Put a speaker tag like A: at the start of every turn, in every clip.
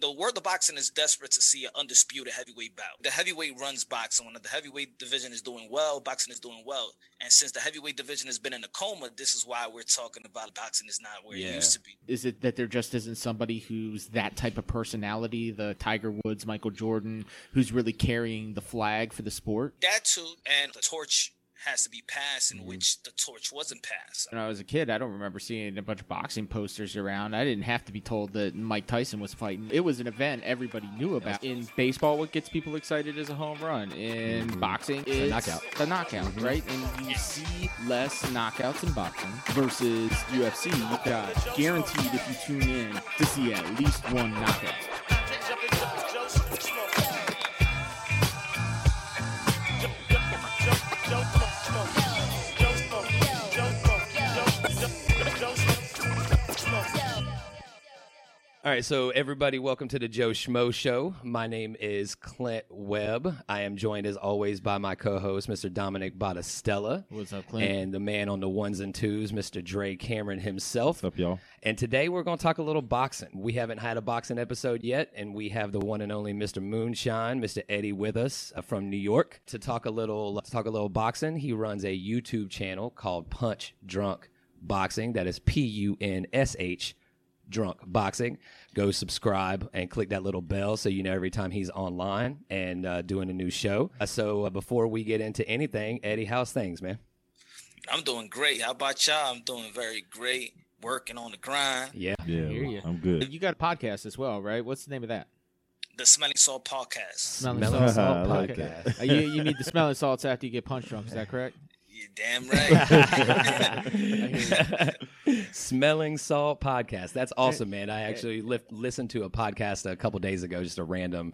A: The world of boxing is desperate to see an undisputed heavyweight bout. The heavyweight runs boxing. When the heavyweight division is doing well, boxing is doing well. And since the heavyweight division has been in a coma, this is why we're talking about boxing is not where
B: Yeah.
A: it used to be.
C: Is it that there just isn't somebody who's that type of personality, the Tiger Woods, Michael Jordan, who's really carrying the flag for the sport?
A: That too, and the torch has to be passed, in which the torch wasn't passed.
C: When I was a kid, I don't remember seeing a bunch of boxing posters around. I didn't have to be told that Mike Tyson was fighting. It was an event everybody knew about. In baseball, what gets people excited is a home run. In boxing, it's
B: knockout.
C: Mm-hmm. The knockout, Mm-hmm. right? And you see less knockouts in boxing versus UFC. You've got guaranteed if you tune in to see at least one knockout.
D: All right, so everybody, welcome to the Joe Schmo Show. My name is Clint Webb. I am joined, as always, by my co-host, Mr. Dominic Battistella.
C: What's up, Clint?
D: And the man on the ones and twos, Mr. Dre Cameron himself.
B: What's up, y'all?
D: And today we're going to talk a little boxing. We haven't had a boxing episode yet, and we have the one and only Mr. Moonshine, Mr. Eddie, with us uh, from New York to talk a little to talk a little boxing. He runs a YouTube channel called Punch Drunk Boxing. That is P U N S H Drunk Boxing. Go subscribe and click that little bell so you know every time he's online and uh, doing a new show. Uh, so uh, before we get into anything, Eddie, how's things, man?
A: I'm doing great. How about y'all? I'm doing very great. Working on the grind.
D: Yeah.
B: Yeah,
C: Hear ya.
B: I'm good.
C: You got a podcast as well, right? What's the name of that?
A: The Smelling Salt Podcast.
C: Smelling
D: Smelling
C: Salts
B: Salt
C: Podcast.
B: I like that.
C: Uh, you, you need the smelling salts after you get punch drunk. Is that correct?
A: You damn right.
D: Smelling Salt podcast. That's awesome, man. I actually li- listened to a podcast a couple days ago, just a random,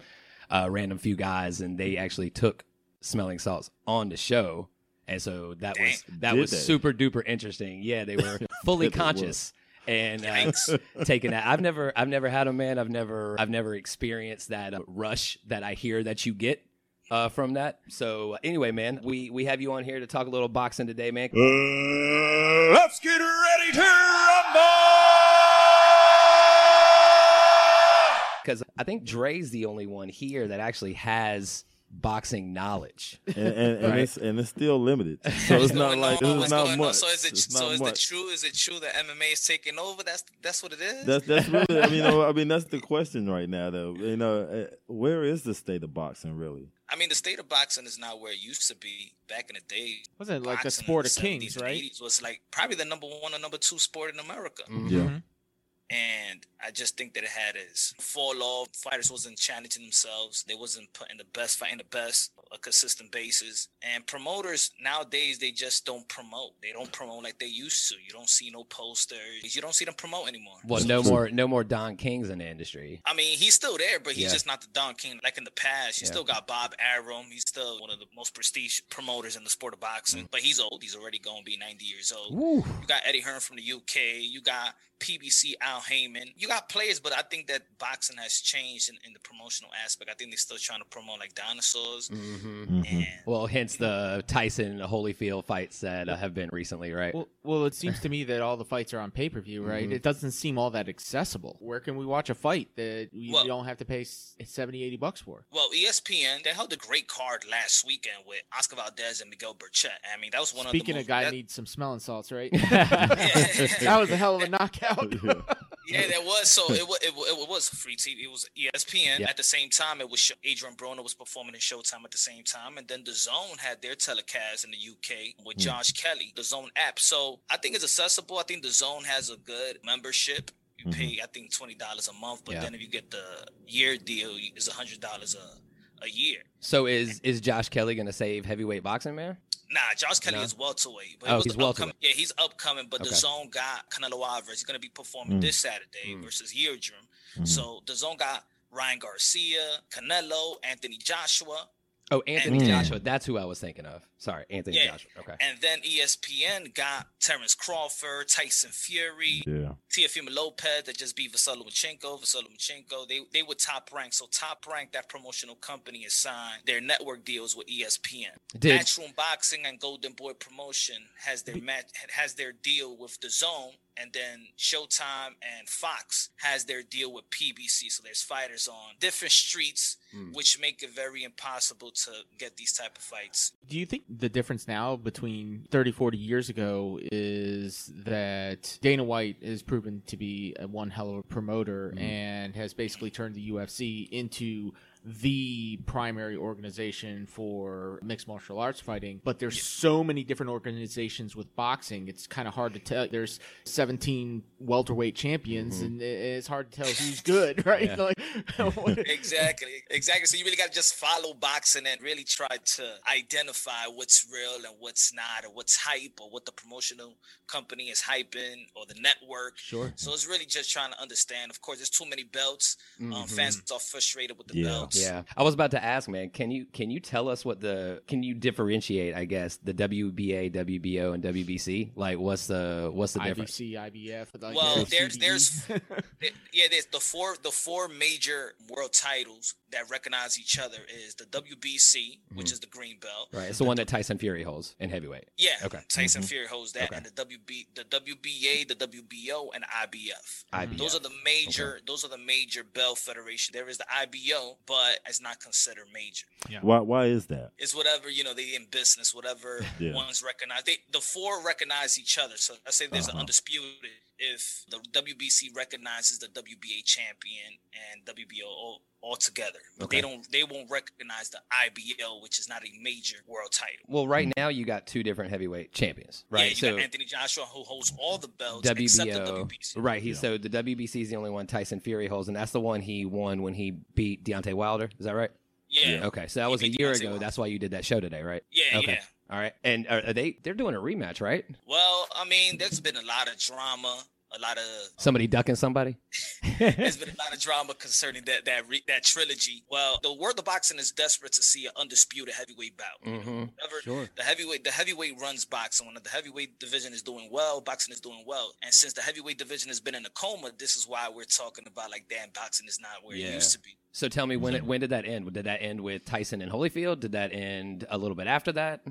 D: uh, random few guys, and they actually took Smelling Salts on the show, and so that was that
B: Did
D: was
B: they?
D: super duper interesting. Yeah, they were fully conscious. And uh,
A: Yikes.
D: taking that, I've never, I've never had a man. I've never, I've never experienced that uh, rush that I hear that you get uh, from that. So uh, anyway, man, we we have you on here to talk a little boxing today, man.
B: Uh, let's get ready to
D: because I think Dre's the only one here that actually has boxing knowledge.
B: And, and, and,
D: Right.
B: it's, and it's still limited, so it's not
A: going
B: like
A: on?
B: this is
A: What's
B: not
A: Oh, going on?
B: much.
A: So is it
B: It's
A: so
B: not
A: is it
B: much.
A: true? Is it true that MMA is taking over? That's that's what it is.
B: That's that's really. I mean, you know, I mean, that's the question right now, though. You know, uh, where is the state of boxing really?
A: I mean, the state of boxing is not where it used to be back in the day.
C: Wasn't it like the
A: Boxing in
C: sport of
A: 70s
C: kings,
A: and
C: right?
A: 80s was like probably the number one or number two sport in America.
C: Mm-hmm.
B: Yeah.
A: and I just think that it had its fall off. Fighters wasn't challenging themselves. They wasn't putting the best fighting the best on a consistent basis. And promoters nowadays they just don't promote. They don't promote like they used to. You don't see no posters. You don't see them promote anymore.
D: Well, no more, no more Don Kings in the industry.
A: I mean, he's still there, but he's
D: Yeah.
A: just not the Don King like in the past. You
D: Yeah.
A: still got Bob Arum. He's still one of the most prestigious promoters in the sport of boxing. But he's old. He's already going to be 90 years old.
D: Woo.
A: You got Eddie Hearn from the UK. You got PBC Al Heyman. You got players, but I think that boxing has changed in, in the promotional aspect. I think they're still trying to promote like dinosaurs.
D: Mm-hmm.
B: Mm-hmm.
A: And
D: Well, hence the Tyson and the Holyfield fights that uh, have been recently, right?
C: Well, well, it seems to me that all the fights are on pay per view, right? It doesn't seem all that accessible. Where can we watch a fight that we
A: Well-
C: don't have to pay s- 70, 80 bucks for?
A: well, E ESPN they held a great card last weekend with Oscar Valdez and Miguel Burchett. I mean, that was one
C: Speaking
A: of
C: of
A: the most-
C: guy
A: that-
C: needs some smelling salts, right?
A: Yeah.
C: that was a hell of a knockout.
A: Yeah, that was so. It was it, wa- it was free TV. It was E ESPN.
D: Yeah.
A: At the same time, it was Sho- Adrian Broner was performing in Showtime at the same time, and then the Zone had their telecast in the UK
D: Mm.
A: with Josh Kelly, the Zone app. So I think it's accessible. I think the Zone has a good membership. You pay, I think, twenty dollars a month, but
D: Mm-hmm. Yeah.
A: then if you get the year deal, it's hundred dollars a a year.
D: so is is Josh Kelly going to save heavyweight boxing, man?
A: Nah, Josh Kelly
D: No?
A: is welterweight. But
D: Oh,
A: it was
D: he's
A: the upcoming.
D: welterweight.
A: Yeah, he's upcoming, but
D: Okay.
A: the zone got Canelo Alvarez. He's gonna be performing
B: Mm.
A: this Saturday
D: Mm.
A: versus Eardrum.
B: Mm-hmm.
A: So the zone got Ryan Garcia, Canelo, Anthony Joshua.
D: Oh, Anthony
A: Mm.
D: Joshua. That's who I was thinking of. Sorry, Anthony
A: Yeah.
D: Joshua. Okay.
A: And then E ESPN got Terrence Crawford, Tyson Fury,
B: Mm-hmm. Yeah.
A: Teofimo Lopez that just beat Vasily Lomachenko. Vasily Lomachenko, they they were top ranked. So top ranked, that promotional company has signed their network deals with E ESPN.
D: Did
A: Matchroom Boxing and Golden Boy Promotion has their match has their deal with the Zone, and then Showtime and Fox has their deal with PBC. So there's fighters on different streets,
D: Mm.
A: which make it very impossible to get these type of fights.
C: Do you think the difference now between 30, 40 years ago is that Dana White has proven to be a one hell of a promoter
D: Mhm.
C: and has basically turned the UFC into the primary organization for mixed martial arts fighting but there's so many different organizations with boxing it's kind of hard to tell there's 17 welterweight champions and i- it's hard to tell who's good right
D: Yeah.
C: like what-
A: exactly exactly so you really got to just follow boxing and really try to identify what's real and what's not or what's hype or what the promotional company is hyping or the network
C: sure
A: so
D: Mm.
A: it's really just trying to understand of course there's too many belts um,
D: Mhm.
A: fans are frustrated with the
B: Yeah.
A: belts
D: Yeah, I was about to ask, man. Can you can you tell us what the can you differentiate? I guess the WBA, WBO, and WBC. Like, what's the what's the difference?
C: IBC, IBF. Like
A: Well,
C: uh,
A: there's-
C: CBE.
A: there's- Th- yeah there's the four the four major world titles that recognize each other is the wbc which is the green belt
D: Mm-hmm. Right, it's the one that Tyson Fury holds in heavyweight.
A: yeah
D: Okay. Mm-hmm.
A: tyson fury holds that
D: Okay.
A: and the wb the wba the wbo and ibf
D: IBF.
A: Those are the major. Those are the major Bell Federation. There is the IBO, but it's not considered major.
B: Why? Why is that?
A: It's whatever you know. They in business, whatever
B: Yeah.
A: ones recognize. They the four recognize each other. So I say there's an
B: Uh-huh.
A: undisputed. If the WBC recognizes the WBA champion and WBO all, all together, but
D: Okay.
A: they don't. They won't recognize the IBO, which is not a major world title.
D: Well, right now you got two different heavyweight champions,
A: Yeah,
D: right?
A: you got Anthony Joshua who holds all the belts except the
D: WBO,
A: WBC.
D: right? He
B: Yeah.
D: so the WBC is the only one Tyson Fury holds, and that's the one he won when he beat Deontay Wilder. Is that right?
A: Yeah, yeah,
D: Okay, so that was a
A: beat
D: year
A: Deontay
D: ago.
A: Wilder.
D: That's why you did that show today, right?
A: yeah.
D: Okay. All right, and are are they they're doing a rematch, right?
A: Well, I mean, there's been a lot of drama. A lot of
D: Somebody ducking somebody. Mm-hmm.
A: There's been a lot of drama concerning that that re- that trilogy. Well, the world of boxing is desperate to see an undisputed heavyweight bout.
D: Mm-hmm.
A: Whenever
C: sure.
A: the heavyweight the heavyweight runs boxing. When the heavyweight division is doing well, boxing is doing well. And since the heavyweight division has been in a coma, this is why we're talking about like damn, boxing is not where
D: Yeah.
A: it used to be.
D: So tell me when it when did that end? Did that end with Tyson and Holyfield? Did that end a little bit after that?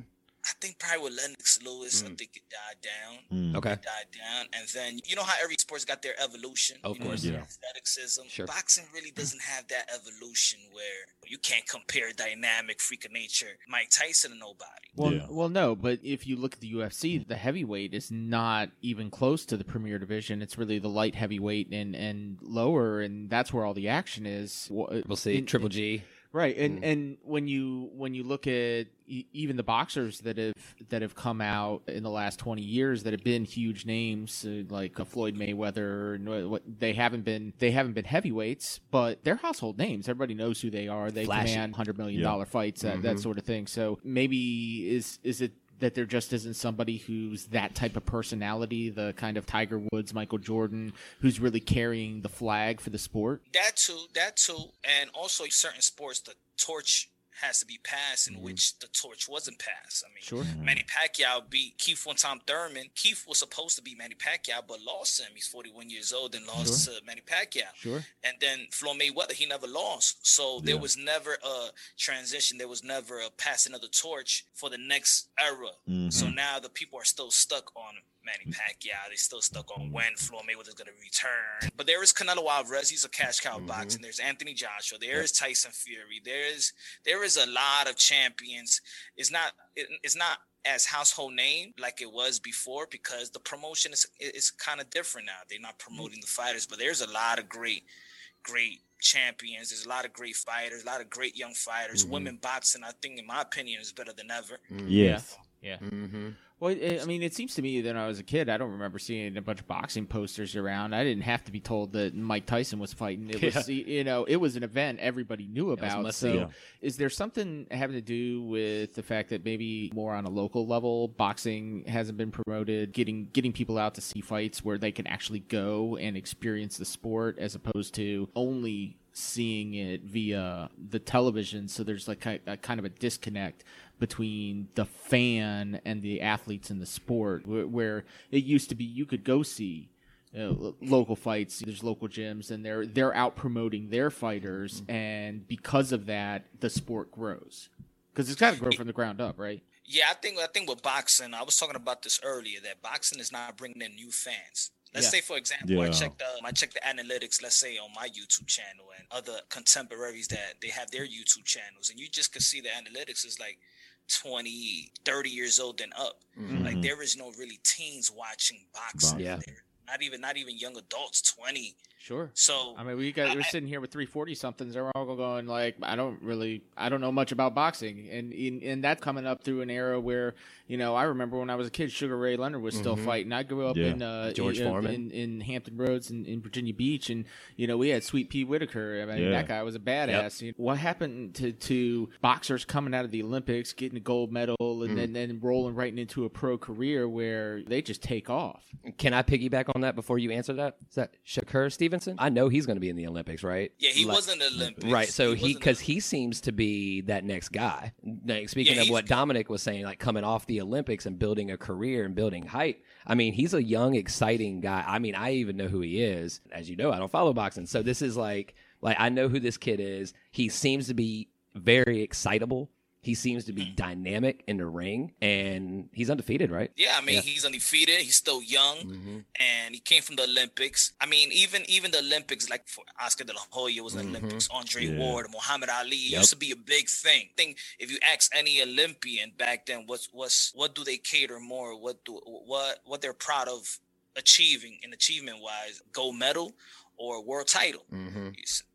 A: I think probably with Lennox Lewis, I
D: Mm.
A: think it died down.
B: Mm.
D: Okay.
A: died down. And then you know how every sport's got their evolution.
D: Of
A: you know,
D: course.
B: Yeah.
A: Aestheticism.
D: Sure.
A: Boxing really doesn't have that evolution where you can't compare dynamic freak of nature Mike Tyson to nobody.
C: Well,
B: Yeah.
C: well, no, but if you look at the UFC, the heavyweight is not even close to the premier division. It's really the light heavyweight and, and lower, and that's where all the action is. Wha-
D: We'll see.
C: in-
D: Triple G.
C: right and
D: Mm.
C: and when you when you look at e- even the boxers that have that have come out in the last 20 years that have been huge names uh, like uh, Floyd Mayweather and what- what they haven't been they haven't been heavyweights but they're household names everybody knows who they are they
D: Flashy.
C: command 100 million
B: Yeah.
C: dollar fights that,
D: Mhm.
C: that sort of thing so maybe is is it that there just isn't somebody who's that type of personality, the kind of Tiger Woods, Michael Jordan, who's really carrying the flag for the sport.
A: That too, that too. And also certain sports the torch has to be passed in which the torch wasn't passed. I mean
C: Sure.
B: Mm-hmm.
A: Manny Pacquiao beat Keith one time Thurman. Keith was supposed to be Manny Pacquiao, but lost him. He's 41 years old and lost to Manny Pacquiao.
C: Sure.
A: and then Floyd Mayweather, he never lost. So there
B: Yeah.
A: was never a transition. There was never a passing of the torch for the next era.
B: Mhm.
A: So now the people are still stuck on Manny Pacquiao. They're still stuck on when Floyd Mayweather's going to return. But there is Canelo Alvarez. He's a cash cow
D: Mhm.
A: boxing. There's Anthony Joshua. There is Tyson Fury. There is there is a lot of champions. It's not it, it's not as household name like it was before because the promotion is is kind of different now. They're not promoting the fighters, but there's a lot of great great champions. There's a lot of great fighters, a lot of great young fighters.
D: Mhm.
A: Women boxing, I think, in my opinion, is better than ever.
B: Yes.
D: Mm-hmm.
C: Well, it, I mean, it seems to me that when I was a kid, I don't remember seeing a bunch of boxing posters around. I didn't have to be told that Mike Tyson was fighting. It was, you know, it was an event everybody knew
D: was a
C: about.
D: must
C: So,
B: see. Yeah.
C: is there something having to do with the fact that maybe more on a local level, boxing hasn't been promoted, getting getting people out to see fights where they can actually go and experience the sport as opposed to only seeing it via the television so there's like ki- a kind of a disconnect between the fan and the athletes in the sport, where, where it used to be you could go see you know, uh, lo- local fights. There's local gyms, and they're they're out promoting their fighters, and because of that, the sport grows because it's got to grow from the ground up, right?
A: Yeah, I think I think with boxing, I was talking about this earlier that boxing is not bringing in new fans. Let's
C: Yeah.
A: say, for example, I
B: Yeah.
A: check the I check the analytics. Let's say on my YouTube channel and other contemporaries that they have their YouTube channels, and you just could see the analytics is like 20, 30 years old and up.
D: Mm-hmm.
A: Like there is no really teens watching boxing.
D: Yeah.
A: there. Not even not even young adults, twenty.
C: Sure.
A: So
C: I mean, we got we're sitting here with 340 somethings. They're all going like, I don't really, I don't know much about boxing, and and, and that's coming up through an era where you know I remember when I was a kid, Sugar Ray Leonard was still
D: Mhm.
C: fighting. I grew up
B: Yeah.
C: in uh,
D: George
C: in,
D: Foreman.
C: in, in Hampton Roads in, in Virginia Beach, and you know we had Sweet Pea Whitaker. I mean,
B: Yeah.
C: that guy was a badass. You know, what happened to to boxers coming out of the Olympics, getting a gold medal, and
D: Mm.
C: then then rolling right into a pro career where they just take off?
D: Can I piggyback on that before you answer that? Is that Shakur Stevenson? I know he's going to be in the Olympics, right?
A: yeah, he
D: Like-
A: wasn't Olympic.
D: Right. So he,
A: wasn't
D: because he seems to be that next guy. Like, speaking
A: Yeah,
D: of
A: he's-
D: what Dominic was saying, like coming off the Olympics and building a career and building hype. I mean, he's a young, exciting guy. I mean, I even know who he is. As you know, I don't follow boxing, so this is like, like I know who this kid is. He seems to be very excitable. He seems to be
A: Hmm.
D: dynamic in the ring, and he's undefeated, right?
A: Yeah, I mean
D: Yeah.
A: he's undefeated. He's still young, and he came from the Olympics. I mean, even even the Olympics, like for Oscar De La Hoya was in the
D: Mhm.
A: Olympics. Andre
B: Yeah.
A: Ward, Muhammad Ali it
D: Yep.
A: used to be a big thing. Thing if you ask any Olympian back then, what's what's what do they cater more? What do what what they're proud of achieving and achievement wise, gold medal or world title?
D: Mm-hmm.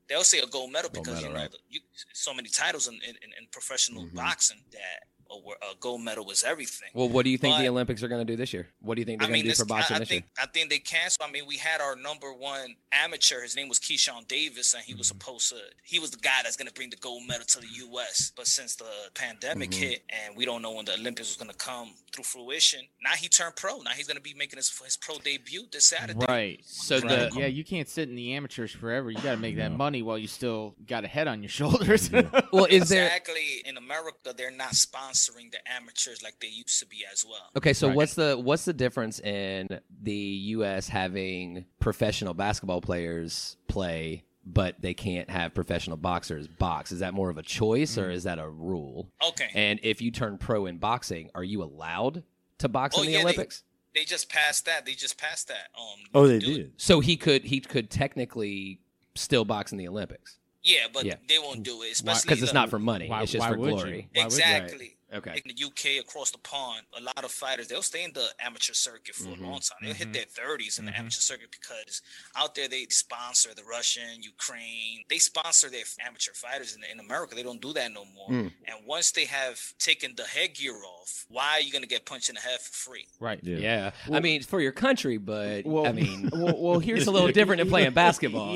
A: they'll say a gold medal
D: Gold
A: because
D: medal,
A: you know
D: right.
A: the, you, so many titles in in, in professional
D: Mhm.
A: boxing that a, wo- a gold medal was everything.
D: Well, what do you think the
A: But-
D: Olympics are going to do this year? What do you think
A: I
D: they're
A: mean,
D: going to do
A: this,
D: for boxing
A: I, I
D: this
A: think I think they can. So I mean, we had our number one amateur. His name was Keyshawn Davis, and he was
D: Mm-hmm.
A: supposed to. He was the guy that's going to bring the gold medal to the U.S. But since the pandemic
D: Mhm.
A: hit, and we don't know when the Olympics was going to come through fruition, now he turned pro. Now he's going to be making his his pro debut this Saturday.
C: Right. So
D: Right.
C: the yeah, you can't sit in the amateurs forever. You got to make that money while you still got a head on your shoulders.
D: year? Well, is there
A: Exactly. In America, they're not sponsoring the amateurs like they used to be as well.
D: Okay, so
C: Right.
D: what's the what's the difference in the U.S. having professional basketball players play, but they can't have professional boxers box? Is that more of a choice
C: Mm-hmm.
D: or is that a rule?
A: Okay.
D: And if you turn pro in boxing, are you allowed to box
A: Oh,
D: in the
A: yeah, they-
D: Olympics?
A: They just passed that. They just passed that. Um.
B: Oh,
A: you
B: they
A: can do it.
B: did.
D: So he could he could technically still box in the Olympics
A: Yeah, but
D: Yeah.
A: they won't do it, especially
D: because it's
A: the-
D: not for money;
C: Uh, Why-
D: it's just
C: why
D: for
C: would you?
D: glory.
C: Why would-
A: exactly.
D: Okay,
A: In the UK, across the pond, a lot of fighters they'll stay in the amateur circuit for
D: Mhm.
A: a long time. They'll hit
C: Mhm.
A: their thirties in
C: Mhm.
A: the amateur circuit because out there they sponsor the Russian, Ukraine. They sponsor their amateur fighters in, in America. They don't do that no more.
D: Mm.
A: And once they have taken the headgear off, why are you going to get punched in the head for free?
C: right.
D: yeah.
B: Yeah.
D: I
C: Well-
D: mean, it's for your country, but
C: Well,
D: I mean,
C: well, well, here's
D: it's a little different than playing basketball.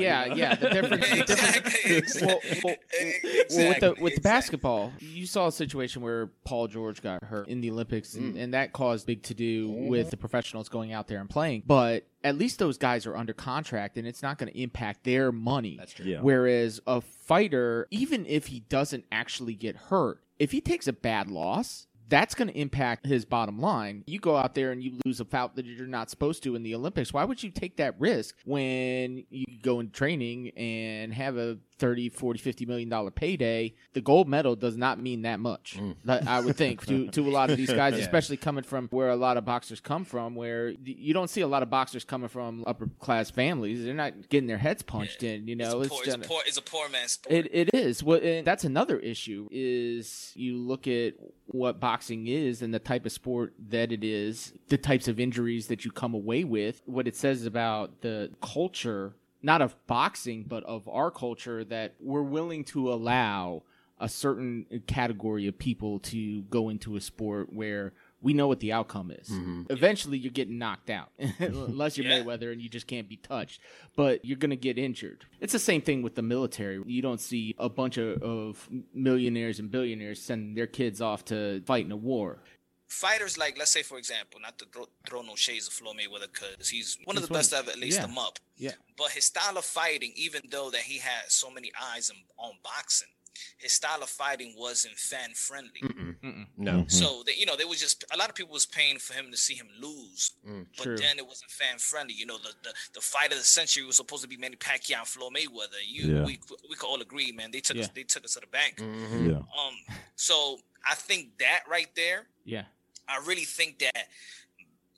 C: Yeah,
D: you know?
C: yeah. The difference. the difference
A: exactly.
C: well, well, well, with the
A: Exactly,
C: with the
A: exactly.
C: basketball, you saw a situation where Paul George got hurt in the Olympics,
A: Mm.
C: and, and that caused big to do
A: Mm-hmm.
C: with the professionals going out there and playing. But at least those guys are under contract, and it's not going to impact their money.
D: That's true.
B: Yeah.
C: Whereas a fighter, even if he doesn't actually get hurt, if he takes a bad loss, that's going to impact his bottom line. You go out there and you lose a bout that you're not supposed to in the Olympics. Why would you take that risk when you go in training and have a 30, 40, 50 million dollar payday? The gold medal does not mean that much.
D: Mm.
C: Like, I would think to to a lot of these guys,
D: Yeah.
C: especially coming from where a lot of boxers come from, where you don't see a lot of boxers coming from upper class families. They're not getting their heads punched in, you know.
A: it's, a poor, it's, a
C: done-
A: poor, it's a poor man's sport.
C: it, it is. What and that's another issue is you look at what boxing is and the type of sport that it is, the types of injuries that you come away with, what it says about the culture, not of boxing, but of our culture that we're willing to allow a certain category of people to go into a sport where we know what the outcome is.
D: Mm-hmm.
C: Eventually, you're getting knocked out, unless you're
A: Yeah.
C: Mayweather and you just can't be touched. But you're going to get injured. It's the same thing with the military. You don't see a bunch of, of millionaires and billionaires sending their kids off to fight in a war.
A: fighters like let's say for example not to throw, throw no shades of Floyd Mayweather because he's one of
C: He's
A: the
C: one
A: best
C: of-
A: I've at least
C: yeah.
A: him up
C: Yeah.
A: but his style of fighting even though that he had so many eyes on, on boxing his style of fighting wasn't fan friendly
C: Mm-hmm.
D: Mm-mm.
C: Mm-mm.
D: No.
A: Mm-hmm. So they, you know, they was just a lot of people was paying for him to see him lose, but
C: Mm, True.
A: then it wasn't fan friendly. You know, the, the the fight of the century was supposed to be Manny Pacquiao and Floyd Mayweather. You,
B: Yeah.
A: we we could all agree, man. They took us,
C: Yeah. Mm.
A: they took us to the bank.
C: Mm-hmm.
D: Mhm.
B: Mm-hmm. Yeah.
A: Um, so I think that right there,
C: Yeah.
A: I really think that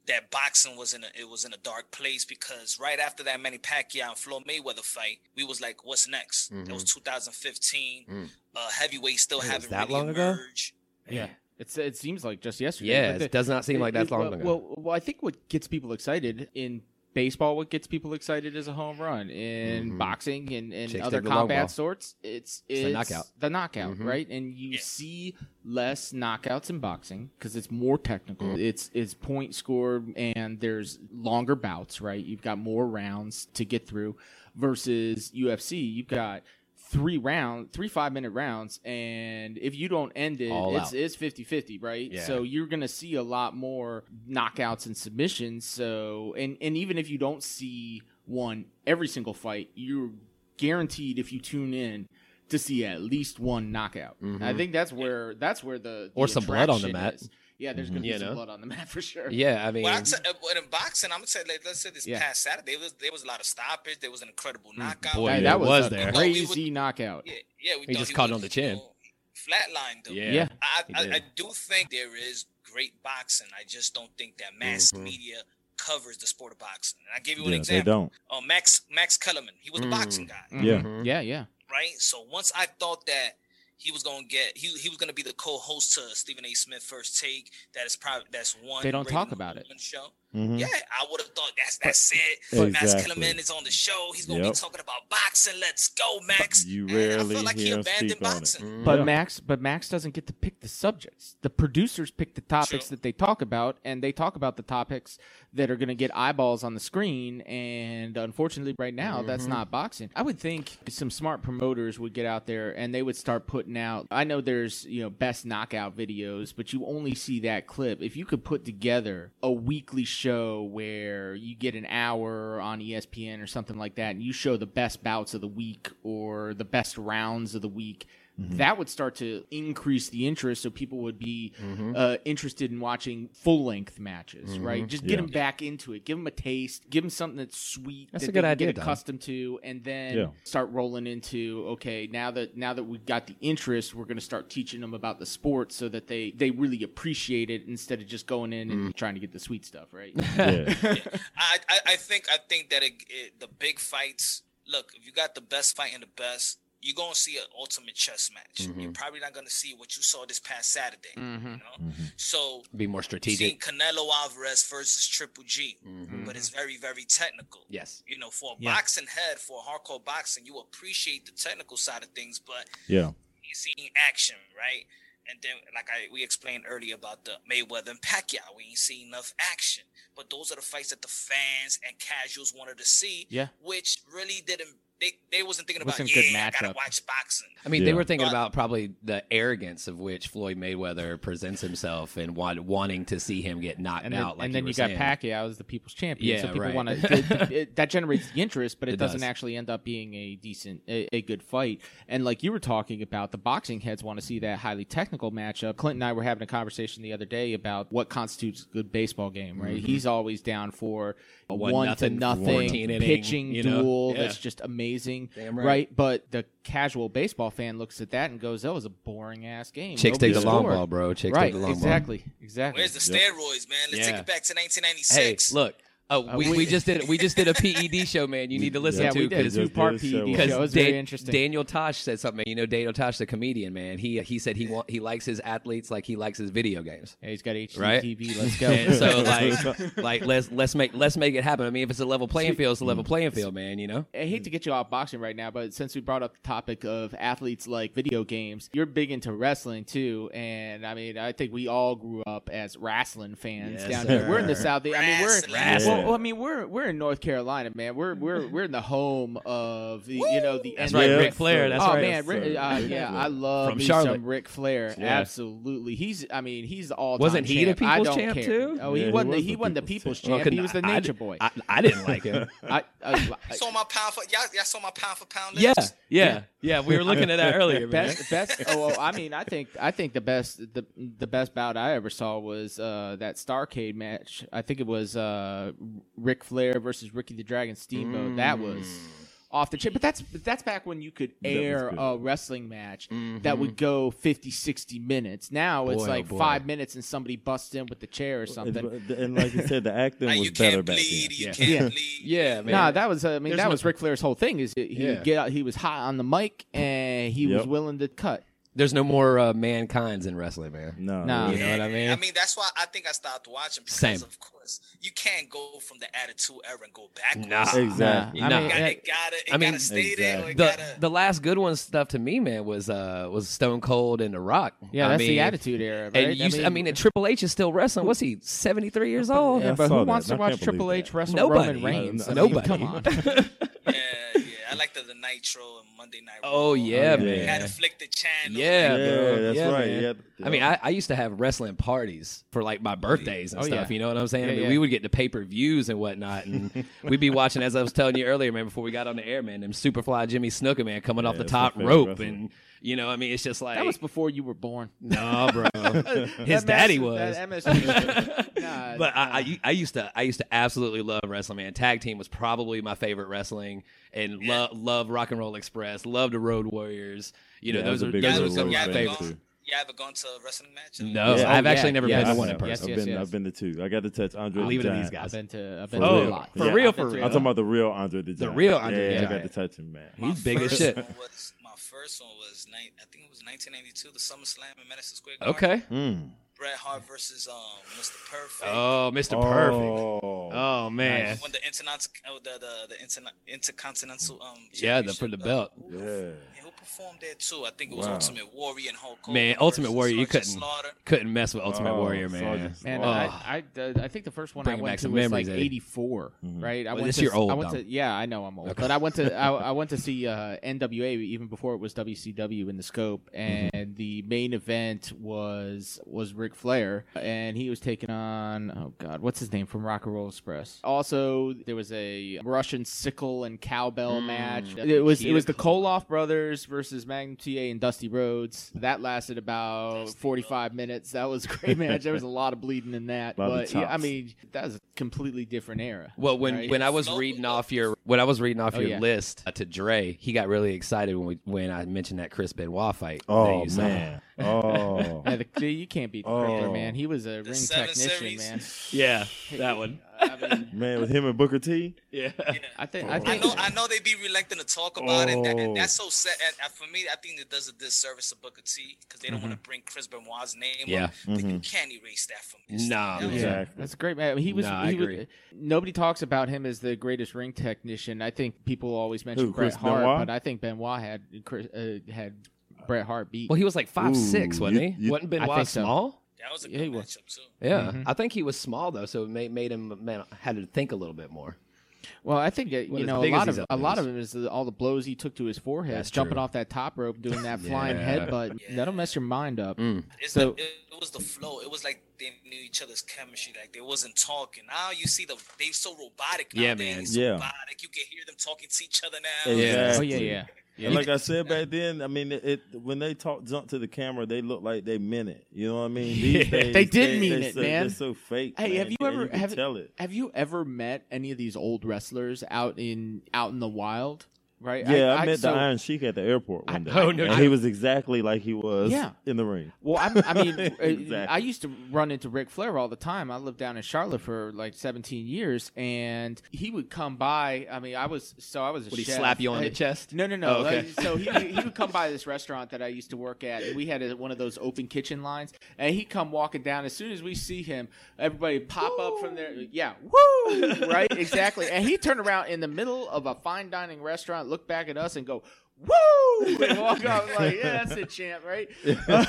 A: that boxing was in a it was in a dark place because right after that Manny Pacquiao and Floyd Mayweather fight, we was like, what's next? That was 2015.
D: Mm-hmm. Mm.
A: Uh, heavyweight still
D: It was
A: haven't
D: that
A: really
D: long ago?
A: emerged.
C: Yeah. It's, it seems like just yesterday.
D: Yeah,
C: but
D: it
C: the-
D: does not seem
C: it-
D: like that's
C: it-
D: long
C: well,
D: ago.
C: Well, well, I think what gets people excited in baseball, what gets people excited is a home run. In
D: Mhm.
C: boxing and, and
D: Chicks
C: other
D: dig the long ball.
C: combat sorts, it's,
D: It's
C: it's
D: the knockout.
C: The knockout,
D: Mhm.
C: right? And you
A: Yeah.
C: see less knockouts in boxing because it's more technical.
D: Mm.
C: It's it's point scored and there's longer bouts, right? You've got more rounds to get through versus UFC. You've got three round three five minute rounds and if you don't end it
D: All
C: it's
D: out.
C: it's 50 50 right
D: Yeah.
C: so you're gonna see a lot more knockouts and submissions so and and even if you don't see one every single fight you're guaranteed if you tune in to see at least one knockout
D: Mhm.
C: i think that's where that's where the, the
D: Or some blood on the
C: attraction
D: mat.
C: is. yeah there's
B: Mhm.
C: gonna be
D: You
C: some
D: know?
C: blood on the mat for sure
D: Yeah, I mean,
A: Well, I t- uh, well, in boxing, I'm gonna say, like, let's say this
C: Yeah.
A: past Saturday, there was, there was a lot of stoppage. There was an incredible knockout.
D: Mm, boy,
C: Hey,
D: yeah,
C: that
D: it
C: was,
D: was
C: a
D: there.
C: crazy knockout
A: yeah, yeah, we
D: He
A: thought
D: just caught it
A: would,
D: on the chin.
A: you know, Flatlined him.
D: yeah.
C: Yeah.
A: I,
D: He
A: I,
D: did.
A: I do think there is great boxing. I just don't think that mass
D: Mhm.
A: media covers the sport of boxing. And I give you an
B: Yeah, they
A: example.
B: don't.
A: Uh, Max Max Kellerman, he was a
D: Mm.
A: boxing guy,
B: Yeah.
D: Mhm.
C: Mm-hmm. yeah yeah
A: right? So once I thought that he was gonna get, he, he was gonna be the co-host to Stephen A. Smith First Take. That is probably that's one.
C: They don't
A: rated
C: talk
A: number
C: about it.
A: one Show.
B: Mhm.
A: Yeah, I would have thought that's that's it.
B: But-
A: Max
B: Exactly.
A: Kellerman is on the show. He's gonna
B: Yep.
A: be talking about boxing. Let's go, Max.
B: You
A: And I
B: rarely
A: felt like he
B: hear him
A: abandoned
B: speak on it. Mm.
A: boxing.
D: Mhm.
C: But
B: Yeah.
C: Max, but Max doesn't get to pick the subjects. The producers pick the topics
A: True.
C: that they talk about, and they talk about the topics that are going to get eyeballs on the screen. And unfortunately, right now, that's not boxing. I would think some smart promoters would get out there and they would start putting out. I know there's you know best knockout videos, but you only see that clip. If you could put together a weekly show where you get an hour on E ESPN or something like that, and you show the best bouts of the week or the best rounds of the week
D: Mm-hmm.
C: that would start to increase the interest so people would be
D: Mm-hmm.
C: uh, interested in watching full length matches right just get
B: Yeah.
C: them back into it give them a taste give them something that's sweet
D: That's
C: that
D: a good
C: they can
D: idea,
C: get
D: Don.
C: accustomed to and then
B: Yeah.
C: start rolling into okay now that now that we've got the interest we're going to start teaching them about the sport so that they they really appreciate it instead of just going in and trying to get the sweet stuff right
B: Yeah.
A: I, I, I think I think that it, it, the big fights. Look, if you got the best fight and the best, you're gonna see an ultimate chess match.
B: Mm-hmm.
A: You're probably not gonna see what you saw this past Saturday.
B: Mm.
C: Mm-hmm.
A: You know?
B: Mm-hmm.
A: So
D: be more
A: you seen
D: strategic.
A: Canelo Alvarez versus Triple G, but it's very very technical.
D: Yes.
A: You know, for a
C: Mm-hmm. Yeah.
A: boxing head, for hardcore boxing, you appreciate the technical side of things, but
B: Yeah.
A: you seen action, right? And then, like I we explained earlier about the Mayweather and Pacquiao, we ain't seen enough action. But those are the fights that the fans and casuals wanted to see.
C: Yeah.
A: which really didn't. They, they wasn't thinking
C: Wasn't
A: about
C: a good
A: yeah, I gotta
C: matchup."
A: watch boxing.
D: I mean, they
B: Yeah.
D: were thinking
A: But-
D: about probably the arrogance of which Floyd Mayweather presents himself and want, wanting to see him get knocked
C: and then,
D: out. like
C: and then
D: you,
C: you, got
D: were saying.
C: Pacquiao as the people's champion.
D: Yeah,
C: so people
D: right.
C: want to that generates the interest, but it,
D: It
C: doesn't
D: does.
C: actually end up being a decent, a, a good fight. And like you were talking about, the boxing heads want to see that highly technical matchup. Clint and I were having a conversation the other day about what constitutes a good baseball game. Right? He's always down for a
D: Mm-hmm. One
C: one,
D: nothing,
C: to nothing
D: 14 inning,
C: pitching
D: you know?
C: duel
D: Yeah.
C: that's just amazing.
D: Damn
C: right.
D: right.
C: But the casual baseball fan looks at that and goes, "That was a boring ass game."
D: Chicks take the
C: Nobody
D: long
C: scored."
D: ball, bro. Chicks
C: right?
D: take the long ball.
C: exactly. Exactly.
A: Where's the steroids, man? Let's
D: Yeah.
A: take it back to
D: Hey,
A: 1996.
D: look. Oh,
C: Uh,
D: we,
C: we-
D: we just did we just did a PED show, man. You need to listen
C: yeah,
D: to
C: we did a
D: E because
B: just
C: two-part
B: did a show
C: PED
B: on-
C: show. It was
D: Dan-
C: very interesting.
D: Daniel Tosh said something. You know, Daniel Tosh, the comedian, man. He he said he want, he likes his athletes like he likes his video games.
C: Yeah, he's got HDTV.
D: Right?
C: Let's go.
D: And so like like let's let's make let's make it happen. I mean, if it's a level playing field, it's a level playing field, man. You know.
C: I hate to get you off boxing right now, but since we brought up the topic of athletes like video games, you're big into wrestling too, and I mean, I think we all grew up as wrestling fans
D: Yes,
C: down
D: sir.
C: here. We're in the south. I mean, we're
A: Wrestling.
C: Well,
B: Wrestling.
C: well, I mean, we're we're in North Carolina, man. We're we're we're in the home of the you know the
D: That's
C: NWA.
D: right,
B: Yeah.
D: Ric Flair. That's
C: oh
D: right.
C: man, Ric-
B: Yes,
C: uh,
B: sir.
C: yeah, I love
D: From
C: me
D: Charlotte.
C: some Ric Flair.
D: Yeah.
C: Absolutely, he's. I mean, he's all.
D: Wasn't he the
C: I
D: people's
C: don't
D: champ,
C: care.
D: too?
C: Oh,
B: Yeah,
C: he
B: he
C: wasn't. The,
B: was
C: he
B: the
C: wasn't the
B: people's
C: people's
D: Well,
C: champ.
D: could-
C: he was the
D: I- I
C: nature
D: did-
C: boy.
D: I, I didn't like him.
C: I, I,
A: saw my pound for y'all. Y'all saw my pound for pound
D: yeah,
A: list.
D: yeah, yeah, Yeah, we were looking at that earlier. man.
C: Best, best. Oh, well, I mean, I think I think the best the the best bout I ever saw was uh, that Starcade match. I think it was uh, Ric Flair versus Ricky the Dragon Steamboat. That was
D: Mm.
C: off the chain. But that's but that's back when you could air
B: good.
C: a wrestling match that would go 50, 60 minutes. Now it's
D: Mm-hmm. Boy, oh
C: like
D: boy.
C: five minutes and somebody busts in with the chair or
B: And,
C: something.
B: and like you said, the acting
A: Now
B: was
A: you
B: better
A: can't
B: back
A: bleed.
B: then.
A: You
D: Yeah.
A: can't
C: Yeah.
A: bleed.
D: Yeah, man.
C: Nah, that was uh, I mean
D: There's
C: that
D: no-
C: was Ric Flair's whole thing is that he
D: Yeah.
C: would get out, he was hot on the mic and he was
B: Yep.
C: willing to cut.
D: There's no more uh, mankinds in wrestling, man.
A: e-,
B: No,
C: Nah.
D: You know what I mean?
A: I mean, that's why I think I stopped watching because,
D: Same.
A: of course, you can't go from the Attitude Era and go backwards.
D: Nah.
B: exactly.
C: Nah, I
D: Nah.
A: It
C: mean,
A: gotta,
C: eh,
A: it gotta, it
D: I mean,
A: gotta stay there. Or
B: exactly.
A: it
D: the
A: gotta,
D: the last good one stuff to me, man, was uh was Stone Cold and The Rock.
C: yeah,
D: I
C: that's
D: mean,
C: the attitude era. Right?
D: And you, I mean, and Triple H is still wrestling. What's he? Seventy three years old.
B: Yeah, I
C: but who
B: saw that,
C: wants to
B: and I
C: watch
B: can't believe
C: Triple H
B: that.
C: wrestle
D: Nobody.
C: Roman Reigns?
B: Uh,
C: I mean,
D: Nobody.
C: come on.
A: yeah, yeah. I like the, the Nitro and Monday Night.
D: Oh,
A: Raw.
D: yeah,
A: You
B: man.
A: Had to flick the channel.
D: Yeah,
B: Yeah,
D: bro.
B: that's
D: Yeah,
B: right.
D: man.
B: Yeah.
D: I mean, I, I used to have wrestling parties for like my birthdays and
C: Oh,
D: stuff.
C: yeah.
D: You know what I'm saying? I
C: Yeah,
D: mean,
C: yeah.
D: We would get the pay per views and whatnot, and we'd be watching. As I was telling you earlier, man, before we got on the air, man, them Superfly Jimmy Snooker, man, coming off
B: Yeah,
D: the
B: that's my
D: top
B: favorite
D: rope,
B: wrestler.
D: and you know, I mean, it's just like
C: That was before you were born.
D: nah, bro. His
C: That
D: daddy
C: MS
D: was.
C: that MSG. Nah,
D: But I, I, I used to I used to absolutely love wrestling man. Tag team was probably my favorite wrestling, and love love Rock and Roll Express. Love the Road Warriors. You know
B: Yeah, I was
D: those
B: a
D: are
B: big
D: those
B: Road
D: are some of
B: Warrior
D: my
B: fan,
D: favorites.
B: too.
A: You ever gone to a wrestling match?
D: No,
B: Yeah.
D: I've
C: Oh,
D: actually
C: yeah,
D: never
C: yeah,
D: been
B: I
D: to one in
B: have.
D: person.
C: Yes,
B: I've
C: yes,
B: been,
C: yes.
B: I've been to two. I got to touch Andre.
D: Leave it to
B: the
D: these
B: Giant.
D: guys.
C: I've been to, I've
B: For
C: been to
B: real.
C: a lot.
B: For Yeah. real,
C: I've been to
D: for
C: a
D: real.
B: I'm
C: lot.
B: talking about the real Andre the Giant.
D: real Andre the
B: yeah, I
D: Giant.
B: got to touch him, man.
A: My
D: He's big as
A: first
D: shit.
A: one Was, my first one was nine, I think it was 1992, the SummerSlam in Madison Square Garden.
D: Okay.
B: Mm.
A: Bret Hart versus um Mr. Perfect.
D: Oh, Mr. Perfect.
B: Oh.
D: Oh man.
A: When the intercontinental, oh, the the, the interna- intercontinental um
D: Yeah, the, for the
A: championship, uh,
D: belt.
A: who-
B: Yeah.
A: Yeah, who performed there too? I think it was
B: Wow.
A: Ultimate Warrior and Hulk Hogan.
D: Man, Ultimate
A: versus
D: Warrior, you
A: Sergeant
D: couldn't
A: Slaughter.
D: couldn't mess with Ultimate
B: Oh,
D: Warrior, man.
B: Sergeant
C: Man,
B: Slaughter.
C: I, I, uh, I think the first one I
D: Bringing back
C: went to
D: some
C: was
D: memories,
C: like
D: Eddie.
C: '84, right? I
D: Well,
C: went
D: this
C: to,
D: you're old,
C: I went
D: Dom.
C: to, yeah, I know I'm old, but I went to I, I went to see uh, NWA even before it was WCW in the scope, and
D: Mm-hmm.
C: the main event was was Ric Flair, and he was taking on oh god, what's his name from Rock and Roll Express? Also, there was a Russian sickle and cowbell match.
D: Mm.
C: It was it was the Koloff brothers versus Magnum TA and Dusty Rhodes. That lasted about
A: Dusty
C: 45 minutes. That was a great match. There was a lot of bleeding in that
B: Lot of
C: but yeah, I
B: chops.
C: mean, that was a completely different era.
D: Well, when,
C: Right.
D: when I was
A: Slow
D: reading
A: mo.
D: off your when I was reading off
C: Oh,
D: your
C: yeah.
D: list uh, to Dre, he got really excited when we, when I mentioned that Chris Benoit fight. that
B: Oh
D: you saw.
B: man. Oh.
C: Yeah, the, you can't beat the Kramer,
B: Oh.
C: man. He was a ring
A: seven
C: technician,
A: series.
C: man.
D: yeah, that one.
C: I mean,
B: Man, with him and Booker T.
D: Yeah,
C: I think I
A: Oh, I
C: think
A: know, I know they be reluctant to talk about it. And that,
B: Oh.
A: and that's so sad. And, and for me, I think it does a disservice to Booker T because they don't want to bring Chris Benoit's name
D: Mm-hmm. Yeah.
A: up. Like,
B: Mm-hmm.
A: You can't erase that from history.
D: Nah,
A: That was-
B: man.
C: yeah, that's a great man. He was.
D: Nah, I
C: he was-
D: agree.
C: nobody talks about him as the greatest ring technician. I think people always mention
B: Who,
C: Bret
B: Chris
C: Hart,
B: Benoit?
C: but I think Benoit had Chris- uh, had Bret Hart beat.
D: well, he was like five six,
B: Ooh,
D: wasn't
B: you-
D: he?
B: you-
D: wasn't
C: I
D: Benoit
C: think so.
D: small? Mm-hmm.
A: That was a
C: Yeah,
A: good
C: he was.
A: matchup too.
D: Yeah, I think he was small though, so it made made him man had to think a little bit more.
C: Well, I think that,
D: Well,
C: you
D: as
C: know a
D: big as
C: lot
D: these
C: of
D: other
C: a lot
D: ones.
C: of it is the, all the blows he took to his forehead,
D: That's
C: jumping
D: true.
C: off that top rope, doing that flying
D: Yeah.
C: headbutt. That'll mess your mind
D: Mm,
C: up.
A: It's
C: So-
A: the, it, it was the flow. It was like they knew each other's chemistry. Like they wasn't talking. Now you see the they so robotic.
D: Yeah,
A: nowadays.
D: man.
A: It's
B: Yeah.
A: Robotic. You can hear them talking to each other now.
D: Yeah.
C: Oh yeah, yeah.
B: And like I said back then, I mean, it, it when they talk jump to the camera, they look like they meant it. You know what I mean? These days,
C: They did
B: they-
C: mean
B: they're
C: it,
B: so,
C: man.
B: They're so fake.
C: Hey,
B: man.
C: have you
B: Yeah,
C: ever
B: can
C: have,
B: tell it?
C: have you ever met any of these old wrestlers out in out in the wild? Right?
B: Yeah, I, met
C: so-
B: the Iron Sheik at the airport one
C: I-
B: day,
D: oh, no
B: and
D: shit.
B: he was exactly like he was
C: Yeah.
B: in the ring.
C: Well, I, I mean, uh,
B: Exactly.
C: I used to run into Ric Flair all the time. I lived down in Charlotte for like 17 years, and he would come by. I mean, I was so I was. A
D: Would he
C: chef.
D: slap you on the
C: I-
D: chest?
C: No, no, no.
D: Oh, okay.
C: Like, so he, he would come by this restaurant that I used to work at, and we had a, one of those open kitchen lines. And he'd come walking down. As soon as we see him, everybody pop up from there. Yeah, woo! Right, exactly. And he turned around in the middle of a fine dining restaurant, look back at us, and go. Woo! And walk out like, yeah, that's it, champ, right?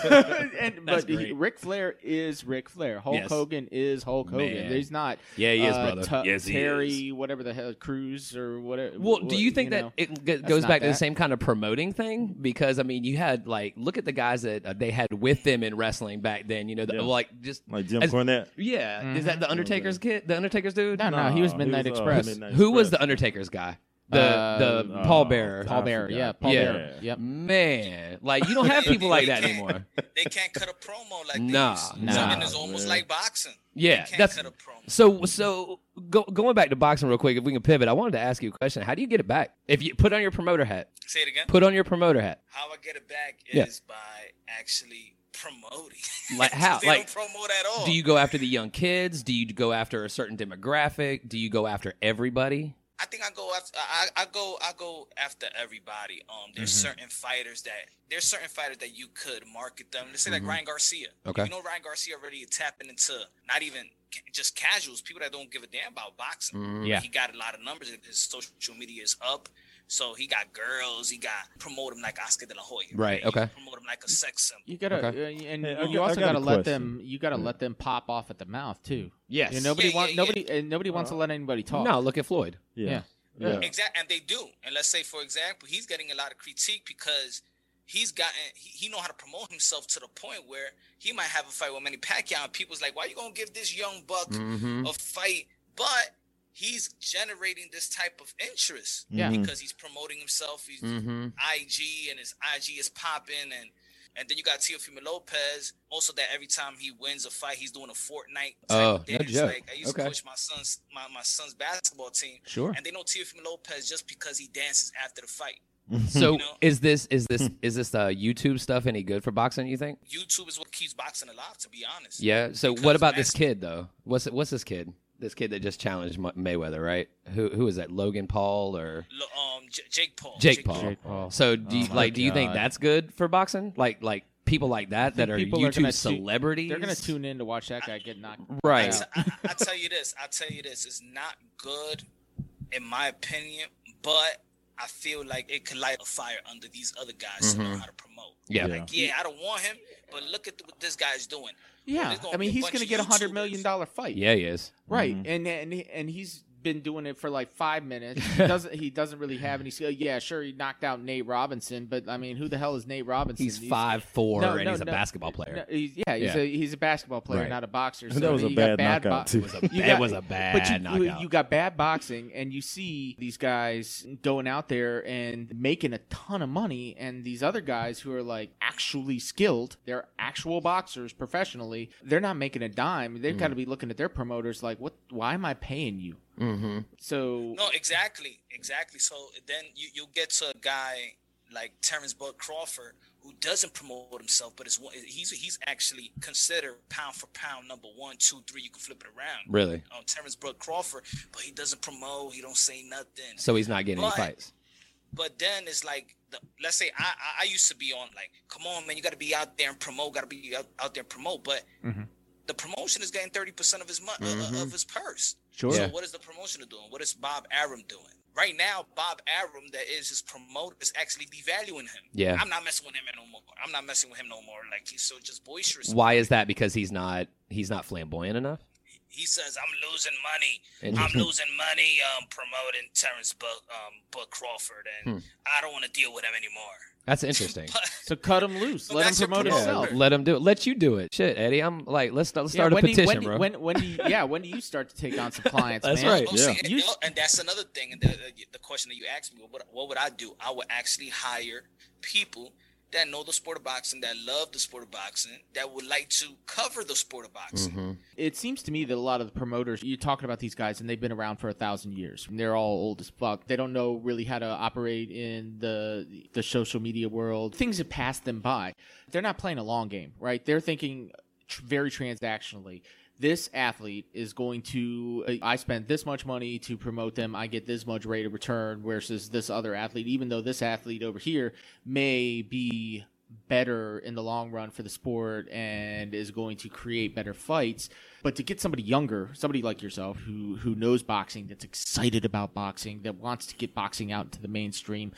C: and
D: That's
C: but he,
D: great.
C: Ric Flair is Ric Flair. Hulk
D: Yes.
C: Hogan is Hulk Hogan.
D: Man.
C: There's not,
D: Yeah, he is,
C: uh,
D: brother.
C: Tu-
D: Yes, he
C: Terry,
D: is.
C: whatever the hell, Cruz or whatever.
D: Well,
C: what-
D: do you think that
C: know?
D: it g- goes
C: not
D: back to the
C: that.
D: same kind of promoting thing? Because I mean, you had like look at the guys that uh, they had with them in wrestling back then. You know, the,
B: Yeah.
D: like just
B: Like Jim
D: as-
B: Cornette.
D: Yeah, is that the Undertaker's kid? The Undertaker's dude?
C: Mm-hmm. No, no, he was
B: Nah,
C: Midnight
B: uh,
C: Express.
B: Midnight
D: Who was the
B: Express.
D: Undertaker's guy? The
C: Uh,
D: the
B: uh,
D: pallbearer.
B: Paul-
C: Paul
B: I
C: Bearer.
B: forgot.
C: Yeah, Paul
D: Yeah.
C: Bearer. Yep.
D: Man, like you don't have people like that anymore.
A: They can't cut a promo like
D: Nah,
A: this.
C: nah,
A: Something is almost
B: man.
A: like boxing.
D: Yeah,
A: They can't
D: that's
A: cut a promo.
D: so. So go, going back to boxing real quick, if we can pivot, I wanted to ask you a question. How do you get it back? If you put on your promoter hat,
A: Say it again.
D: put on your promoter hat.
A: How I get it back
D: Yeah.
A: is by actually promoting.
D: Like how?
A: they
D: Like
A: don't promote at all.
D: do you go after the young kids? Do you go after a certain demographic? Do you go after everybody?
A: I think I go after I, I go I go after everybody. Um, there's
D: Mhm.
A: certain fighters that there's certain fighters that you could market them. Let's say
D: Mhm.
A: like Ryan Garcia.
D: Okay.
A: you know Ryan Garcia already tapping into not even ca- just casuals, people that don't give a damn about
D: Mm-hmm.
A: boxing.
C: Yeah.
A: he got a lot of numbers. His social media is up, so he got girls. He got promote him like Oscar De La Hoya.
D: Right,
A: You
D: okay.
A: promote him like a sex symbol.
C: You gotta, uh, and
B: Hey, I
C: you
B: got- I
C: also
B: got a
C: gotta let
B: question.
C: them. You gotta
B: Yeah.
C: let them pop off at the mouth too.
D: Yes.
C: You know, nobody
A: Yeah,
C: wants
A: yeah,
C: nobody, and nobody wants to let anybody talk.
D: no, look at Floyd.
B: Yeah.
C: Yeah.
B: Yeah.
A: Exactly, and they do. And let's say, for example, he's getting a lot of critique because he's gotten he, he know how to promote himself to the point where he might have a fight with Manny Pacquiao, and people's like, "Why you gonna give this young buck
D: Mm-hmm.
A: a fight?" But he's generating this type of interest
C: Yeah.
B: Mhm.
A: because he's promoting himself. He's
D: Mm-hmm.
A: IG, and his IG is popping, and and then you got Teofimo Lopez. Also, that every time he wins a fight, he's doing a Fortnite. Type
D: Oh, no
A: dance.
D: joke.
A: Like I used
D: Okay.
A: to coach my son's my, my son's basketball team
C: Sure.
A: and they know Teofimo Lopez just because he dances after the fight.
D: So
A: You know?
D: is this is this is this uh, YouTube stuff any good for boxing? You think?
A: YouTube is what keeps boxing alive, to be honest.
D: Yeah. So what
A: Because
D: about this
A: that's-
D: kid though? What's what's this kid? This kid that just challenged Ma- Mayweather, right? Who who is that? Logan Paul or
A: Lo- um, J- Jake Paul.
D: Jake Paul?
C: Jake Paul.
D: So do you,
C: Oh my
D: like do you think
C: God.
D: that's good for boxing? Like like people like that that
C: think
D: are
C: people are
D: YouTube
C: gonna tu-
D: celebrities?
C: They're gonna tune in to watch that guy get knocked.
D: right.
A: I, I, I tell you this. I tell you this. It's not good, in my opinion, but I feel like it could light a fire under these other guys to know how to promote.
D: Mm-hmm. Yeah.
B: Yeah.
A: Like, yeah, I don't want him, but look at what this guy's doing.
C: Yeah,
A: there's gonna
C: I
A: be
C: mean,
A: a
C: he's
A: bunch
C: gonna
A: of
C: get a hundred million
A: YouTubers.
C: dollar fight.
D: Yeah, he is.
C: Right, and and he- and he's been doing it for like five minutes. He doesn't he doesn't really have any skill? Yeah, sure, he knocked out Nate Robinson, but I mean, who the hell is Nate Robinson?
D: He's five four
C: No,
D: and
C: no,
D: he's a
C: no.
D: basketball player.
C: no, he's- yeah, he's
D: Yeah.
C: a he's a basketball player,
D: Right.
C: not a boxer. So
B: that was
C: I
B: a
C: mean, you got
B: bad, knockout
C: bo-
B: too.
C: You
D: It
C: got-
D: was a
C: But you,
D: bad
C: you-
D: knockout.
C: you got bad boxing, and you see these guys going out there and making a ton of money, and these other guys who are like actually skilled, they're actual boxers professionally. They're not making a dime.
D: Mm.
C: They've got to be looking at their promoters like, what? Why am I paying you?
D: mm-hmm.
C: So
A: No, exactly, exactly. So then you you get to a guy like Terrence Bud Crawford who doesn't promote himself, but is one- he's he's actually considered pound for pound number one, two, three. You can flip it around.
D: Really.
A: Um, Terrence Bud Crawford, but he doesn't promote. He don't say nothing.
D: So he's not getting any
A: But-
D: fights.
A: But then it's like, the, let's say I, I I used to be on like, come on man, you got to be out there and promote. Got to be out, out there and promote. But
C: Mhm.
A: the promotion is getting thirty percent of his mo- uh,
D: Mhm.
A: of his purse.
C: sure,
A: So what is the promotion doing? What is Bob Arum doing? Right now, Bob Arum, that is his promoter, is actually devaluing him.
D: Yeah.
A: I'm not messing with him no more. I'm not messing with him no more. Like he's so just boisterous.
D: Why is that? Because he's not he's not flamboyant enough.
A: He says, "I'm losing money. I'm
D: Interesting.
A: losing money. Um, promoting Terrence Buck, um, Buck Crawford, and I don't want to deal with him anymore."
D: That's interesting.
C: So cut him loose.
A: So
C: Let him
A: that's your
C: promote
A: promoter.
C: himself.
D: Let him do it. Let you do it. Shit, Eddie. I'm like, let's let's
C: yeah,
D: start a
C: when do you-
D: petition,
C: when do-
D: bro.
C: when, when do you, yeah, when do you start to take on some clients?
D: That's
C: man?
D: right.
A: Oh,
B: Yeah.
A: see, and,
C: You-
A: yo- and that's another thing. And the, the question that you asked me, what, what would I do? I would actually hire people that know the sport of boxing, that love the sport of boxing, that would like to cover the sport of boxing.
C: It seems to me that a lot of the promoters you're talking about these guys, and they've been around for a thousand years. and They're all old as fuck. They don't know really how to operate in the the social media world. Things have passed them by. They're not playing a long game, right? They're thinking tr- very transactionally. This athlete is going to. uh, I spent this much money to promote them. I get this much rate of return versus this other athlete, even though this athlete over here may be better in the long run for the sport and is going to create better fights. But to get somebody younger, somebody like yourself who who knows boxing, that's excited about boxing, that wants to get boxing out into the mainstream,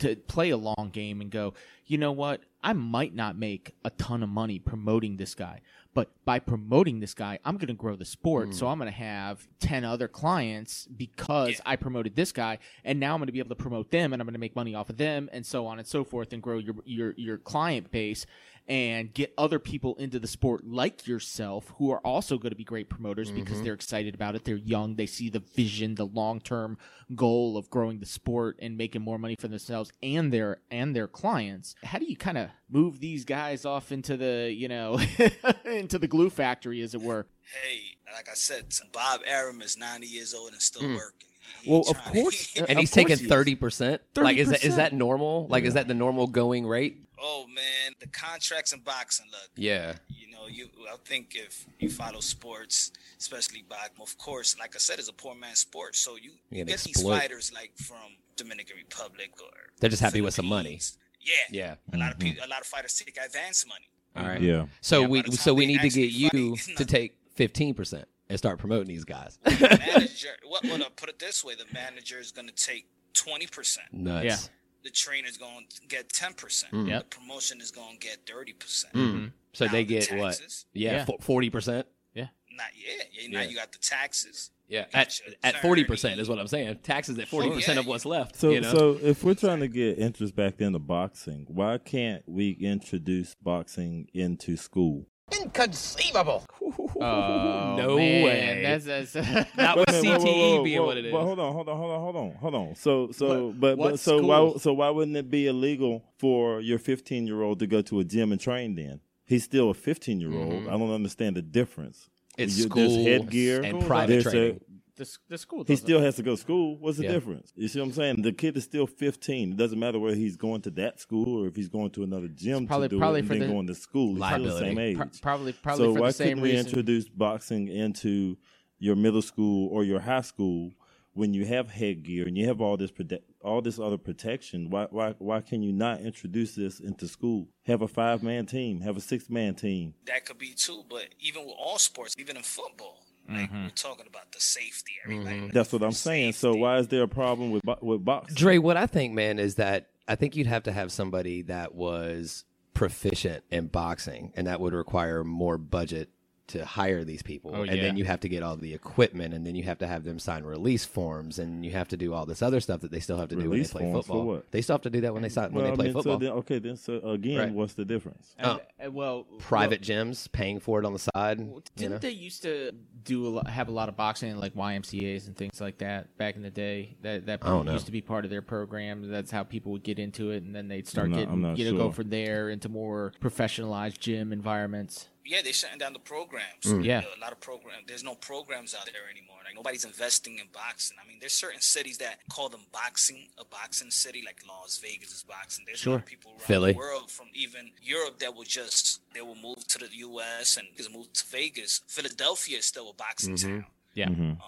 C: to play a long game and go, you know what? I might not make a ton of money promoting this guy, but by promoting this guy, I'm going to grow the sport. So I'm going to have 10 other clients because I promoted this guy and now I'm going to be able to promote them and I'm going to make money off of them and so on and so forth and grow your your your client base and get other people into the sport like yourself who are also going to going to be great promoters
D: Mm-hmm.
C: because they're excited about it. They're young. They see the vision, the long term goal of growing the sport and making more money for themselves and their and their clients. How do you kind of move these guys off into the you know into the glue factory, as it were?
A: Hey, like I said, Bob Arum is 90 years old and still working. He- he
C: Well, of
A: trying to-
C: course,
D: And he's taking thirty percent. Like is that is that normal? Like is that the normal going rate?
A: oh man, the contracts in boxing. Look,
D: Yeah.
A: you know, you I think if you follow sports, especially boxing, of course, like I said, it's a poor man's sport. So you,
D: You
A: you
D: can
A: get these
D: exploit.
A: fighters like from Dominican Republic or
D: They're just happy with some money.
A: Philippines. Yeah,
D: Yeah. Mm-hmm.
A: A lot of people, a lot of fighters take advance money.
D: All right.
B: Yeah.
D: So
A: Yeah,
D: we
A: by the time
D: so we
A: they
D: need to
A: actually
D: get you
A: fight.
D: to take fifteen percent and start promoting these guys.
A: The manager, what? Well, well, put it this way: the manager is going to take twenty percent.
D: Nuts.
C: Yeah.
A: The trainer's going to get ten percent.
D: Mm.
A: The
C: Yep.
A: promotion is going to get thirty percent.
C: Mm-hmm.
D: Mm. So they get what?
C: Yeah.
D: Yeah, forty percent.
A: Not yeah. yeah now
D: Yeah.
A: you got the taxes.
D: Yeah,
A: Got
D: at
A: your
D: at
A: 30.
D: forty percent is what I'm saying. Taxes at forty percent of what's left.
B: So,
D: you know?
B: so if we're trying to get interest back into boxing, why can't we introduce boxing into school?
E: Inconceivable.
D: Uh,
C: Oh,
D: no
C: man,
D: way.
C: That's, that's
D: Not with
B: Wait a minute,
D: CTE
B: whoa, whoa, whoa,
D: being
B: whoa,
D: E what it is.
B: But hold on, hold on, hold on, hold on, hold on. So, so,
C: What-
B: but, but
C: what
B: so why,
C: school?
B: so why wouldn't it be illegal for your 15 year old to go to a gym and train? Then he's still a 15 year old.
D: Mhm.
B: I don't understand the difference.
D: it's
B: You-
D: school
B: there's headgear
D: and
C: School
D: private
B: there's a-
D: training.
C: the, s- the school.
B: He
C: Doesn't.
B: still has to go to school. What's the
D: Yeah.
B: difference? You see what I'm saying? The kid is still 15. It doesn't matter whether he's going to that school or if he's going to another gym
C: probably-
B: to do
C: probably
B: it and
C: for
B: then
C: the
B: going to school. He's still the
D: liability.
B: same age.
C: Pro- probably probably
B: so
C: for
B: why
C: the same
B: couldn't we
C: reason.
B: introduce boxing into your middle school or your high school when you have headgear and you have all this prote- all this other protection? Why why why can you not introduce this into school? Have a five man team. Have a six man team.
A: That could be too. But even with all sports, even in football, like
D: Mm-hmm.
A: we're talking about the safety. Everything.
B: That's what I'm saying. So why is there a problem with bo- with boxing?
D: Dre, what I think, man, is that I think you'd have to have somebody that was proficient in boxing, and that would require more budget to hire these people.
C: Oh,
D: And then
C: yeah.
D: you have to get all the equipment, and then you have to have them sign release forms, and you have to do all this other stuff that they still have to do when they
B: Release
D: play
B: forms for
D: football.
B: what?
D: They still have to do that when they sign, when
B: Well,
D: they play
B: I mean,
D: football.
B: So then, okay, then so again,
D: Right.
B: what's the difference?
C: And-
D: Oh.
C: and Uh, well,
D: Private gyms paying for it on the side.
C: Well,
D: you
C: didn't
D: know?
C: they used to do a lot, have a lot of boxing in like YMCA's and things like that back in the day? That that
D: I don't know.
C: used to be part of their program. That's how people would get into it, and then they'd start
B: I'm not- I'm
C: getting
B: not
C: you know go
B: sure.
C: from there into more professionalized gym environments.
A: yeah, they're shutting down the programs.
C: Yeah.
A: a lot of programs. There's no programs out there anymore. Like nobody's investing in boxing. I mean, there's certain cities that call them boxing a boxing city, like Las Vegas is boxing. There's a lot
C: Sure.
A: of people around
D: Philly.
A: the world from even Europe that will just they will move to the U.S. and just move to Vegas. Philadelphia is still a boxing town.
C: Yeah,
B: Mhm.
A: Um,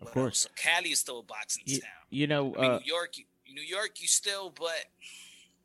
A: of
C: Mm-hmm. course.
A: Cali is still a boxing
C: you,
A: town.
C: you know,
A: I mean,
C: uh,
A: New York, you, New York, you still, but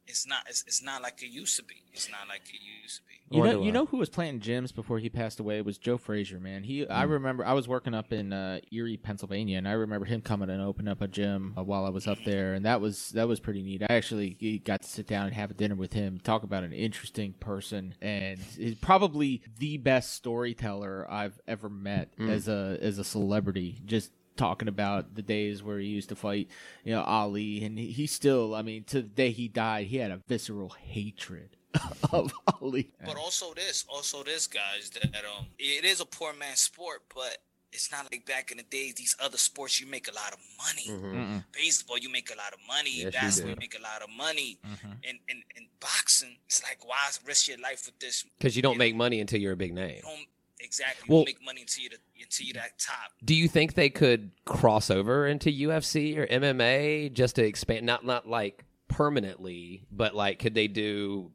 A: it's not. It's, it's not like it used to be. It's not like it used to be.
C: You
D: Wonder
C: know,
D: why.
C: you know who was planting gyms before he passed away was Joe Frazier, man. He, I remember, I was working up in uh, Erie, Pennsylvania, and I remember him coming and opening up a gym uh, while I was up there, and that was that was pretty neat. I actually got to sit down and have a dinner with him. Talk about an interesting person, and he's probably the best storyteller I've ever met as a as a celebrity. Just talking about the days where he used to fight, you know, Ali, and he, he still, I mean, to the day he died, he had a visceral hatred. of Ali.
A: But also this, also this, guys, that um, it is a poor man's sport, but it's not like back in the days. These other sports, you make a lot of money.
D: Mhm.
C: Mm-mm.
A: Baseball, you make a lot of money.
D: Yes, you
A: Basketball,
D: do.
A: you make a lot of money.
D: Mm-hmm.
A: And and and boxing, it's like why risk your life with this?
D: Because you don't make money until you're a big name.
A: You don't exactly
D: Well-
A: make money until you the- until you that top.
D: Do you think they could cross over into UFC or MMA just to expand? Not not like permanently, but like could they do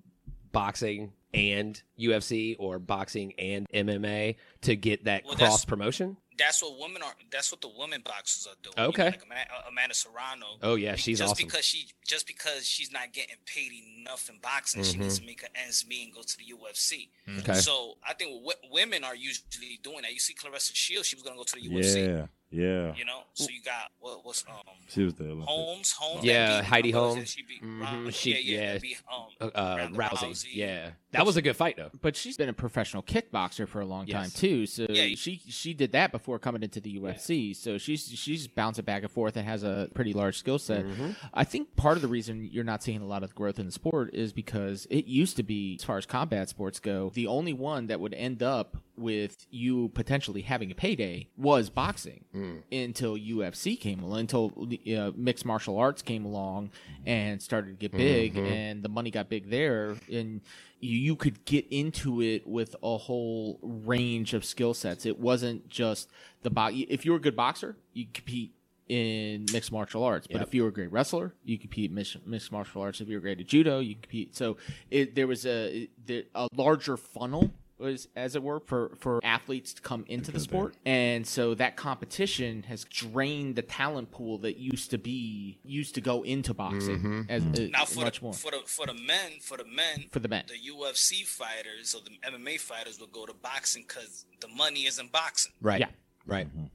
D: boxing and UFC or boxing and MMA to get that
A: Well, that's-
D: cross promotion?
A: That's what women are. That's what the women boxers are doing.
D: Okay.
A: like Ama- uh, Amanda Serrano.
D: Oh yeah, she's
A: just
D: awesome.
A: because she just because she's not getting paid enough in boxing,
D: Mm-hmm.
A: she needs to make her ends meet and go to the UFC.
D: Okay.
A: So I think w- women are usually doing that. You see, Clarissa Shields, she was gonna go to the UFC.
B: Yeah, yeah.
A: You know, so you got what what's um
B: She was the Olympic.
A: Holmes, Holmes, that
D: Yeah,
A: beat-
D: Heidi
A: what was it?
D: Holmes.
A: She beat
D: Mhm.
A: Ron-
D: She-
A: yeah, yeah,
D: yeah.
A: that beat, um,
D: Uh, uh,
A: Ronda
D: Rousey. yeah, that was a good fight though.
C: But she's been a professional kickboxer for a long
D: Yes.
C: time too, so
A: Yeah.
C: she she did that before coming into the UFC. So she's she's bouncing back and forth and has a pretty large skill
D: Mm-hmm.
C: set. I think part of the reason you're not seeing a lot of growth in the sport is because it used to be, as far as combat sports go, the only one that would end up with you potentially having a payday was boxing until UFC came along, until uh, mixed martial arts came along and started to get big, and the money got big there, and you, you could get into it with a whole range of skill sets. It wasn't just the box. If you were a good boxer, you compete in mixed martial arts. But if you were a great wrestler, you compete in mixed, mixed martial arts. If you were great at judo, you compete. So it, there was a there, a larger funnel. Was, as it were for, for athletes to come into the sport and so that competition has drained the talent pool that used to be used to go into boxing as uh,
A: Now for
C: much
A: the,
C: more
A: for the for the men, for the men,
C: For the men.
A: the UFC fighters or the MMA fighters would go to boxing because the money is in boxing.
D: Right.
C: Yeah.
D: Right.
C: Mm-hmm.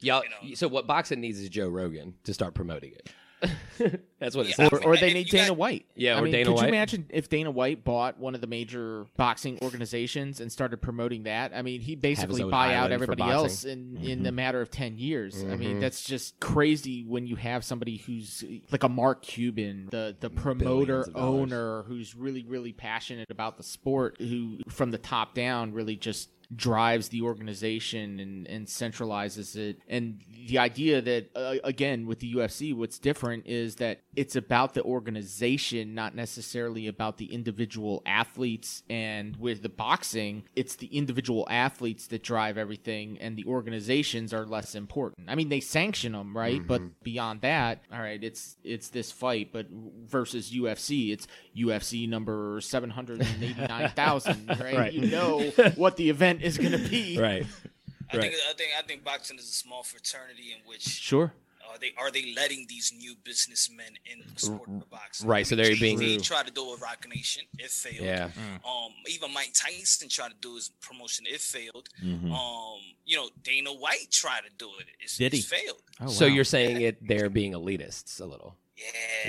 D: Y'all,
A: You know.
D: so what boxing needs is Joe Rogan to start promoting it. That's what it
A: Yeah.
D: sounds
C: or,
D: like.
C: or
A: Like,
C: they
A: if
C: need
A: you
C: Dana
A: got-
C: White.
D: Yeah,
C: I
D: or
C: mean,
D: Dana
C: could
D: White.
C: you imagine if Dana White bought one of the major boxing organizations and started promoting that? I mean, he basically
D: own
C: buy out
D: island for
C: everybody
D: boxing. Mm-hmm.
C: else in in a matter of ten years. I mean, that's just crazy when you have somebody who's like a Mark Cuban, the the promoter
D: Mm, Billions of dollars.
C: owner who's really really passionate about the sport, who from the top down really just drives the organization and, and centralizes it. And the idea that, uh, again, with the UFC, what's different is that it's about the organization, not necessarily about the individual athletes. And with the boxing, it's the individual athletes that drive everything, and the organizations are less important. I mean, they sanction them, right?
D: Mm-hmm.
C: But beyond that, all right, it's it's this fight, but versus UFC, it's UFC number seven hundred and eighty nine thousand, right?
D: Right.
C: You know what the event is going to be.
D: right.
A: I
D: Right.
A: think I think I think boxing is a small fraternity in which
C: Sure.
A: are they are they letting these new businessmen in the sport of boxing?
D: Right, so they're
A: They-
D: being-
A: they tried to do a Rock Nation, it failed.
D: Yeah.
A: Um, even Mike Tyson tried to do his promotion, it failed.
B: Mhm.
D: Mm.
A: Um, you know Dana White tried to do it, it's,
C: Did he?
A: it's failed.
C: Oh,
D: So
C: wow.
D: you're saying it they're being elitists a little.
A: Yeah,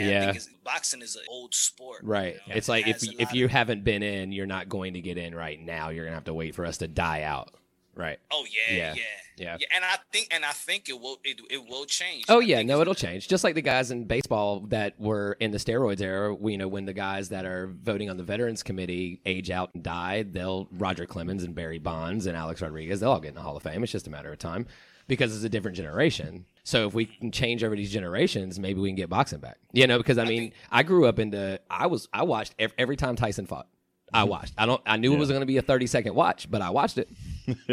D: Yeah.
A: I think it's, boxing is an old sport. you
D: Right.
A: know,
D: It's
A: it
D: like if
A: has a lot
D: if
A: of-
D: you haven't been in, you're not going to get in right now. You're going to have to wait for us to die out. Right.
A: oh yeah,
D: Yeah.
A: yeah,
D: Yeah.
A: and I think and I think it will it, it will change.
D: Oh
A: I
D: yeah,
A: think
D: no,
A: it's-
D: it'll change. Just like the guys in baseball that were in the steroids era, we- you know, when the guys that are voting on the veterans committee age out and die, they'll Roger Clemens and Barry Bonds and Alex Rodriguez, they'll all get in the Hall of Fame. It's just a matter of time because it's a different generation. So if we can change over these generations, maybe we can get boxing back. You know, because I mean, I grew up into I was I watched ev- every time Tyson fought. I
A: Mm-hmm.
D: watched. I don't. I knew it was going to be a thirty second watch, but I watched it.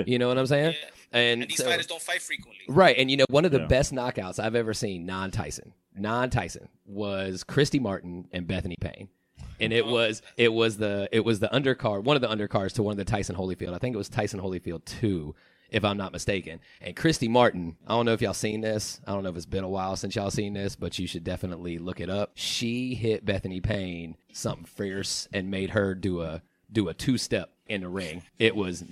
D: you know what I'm saying?
A: And these
D: so-
A: fighters don't fight frequently.
D: Right, and you know one of the
B: Yeah.
D: best knockouts I've ever seen, non Tyson, non Tyson was Christy Martin and Bethany Payne, and it was it was the it was the undercard, one of the undercards to one of the Tyson Holyfield. I think it was Tyson Holyfield two, if I'm not mistaken. And Christy Martin, I don't know if y'all seen this. I don't know if it's been a while since y'all seen this, but you should definitely look it up. She hit Bethany Payne something fierce and made her do a do a two step in the ring. It was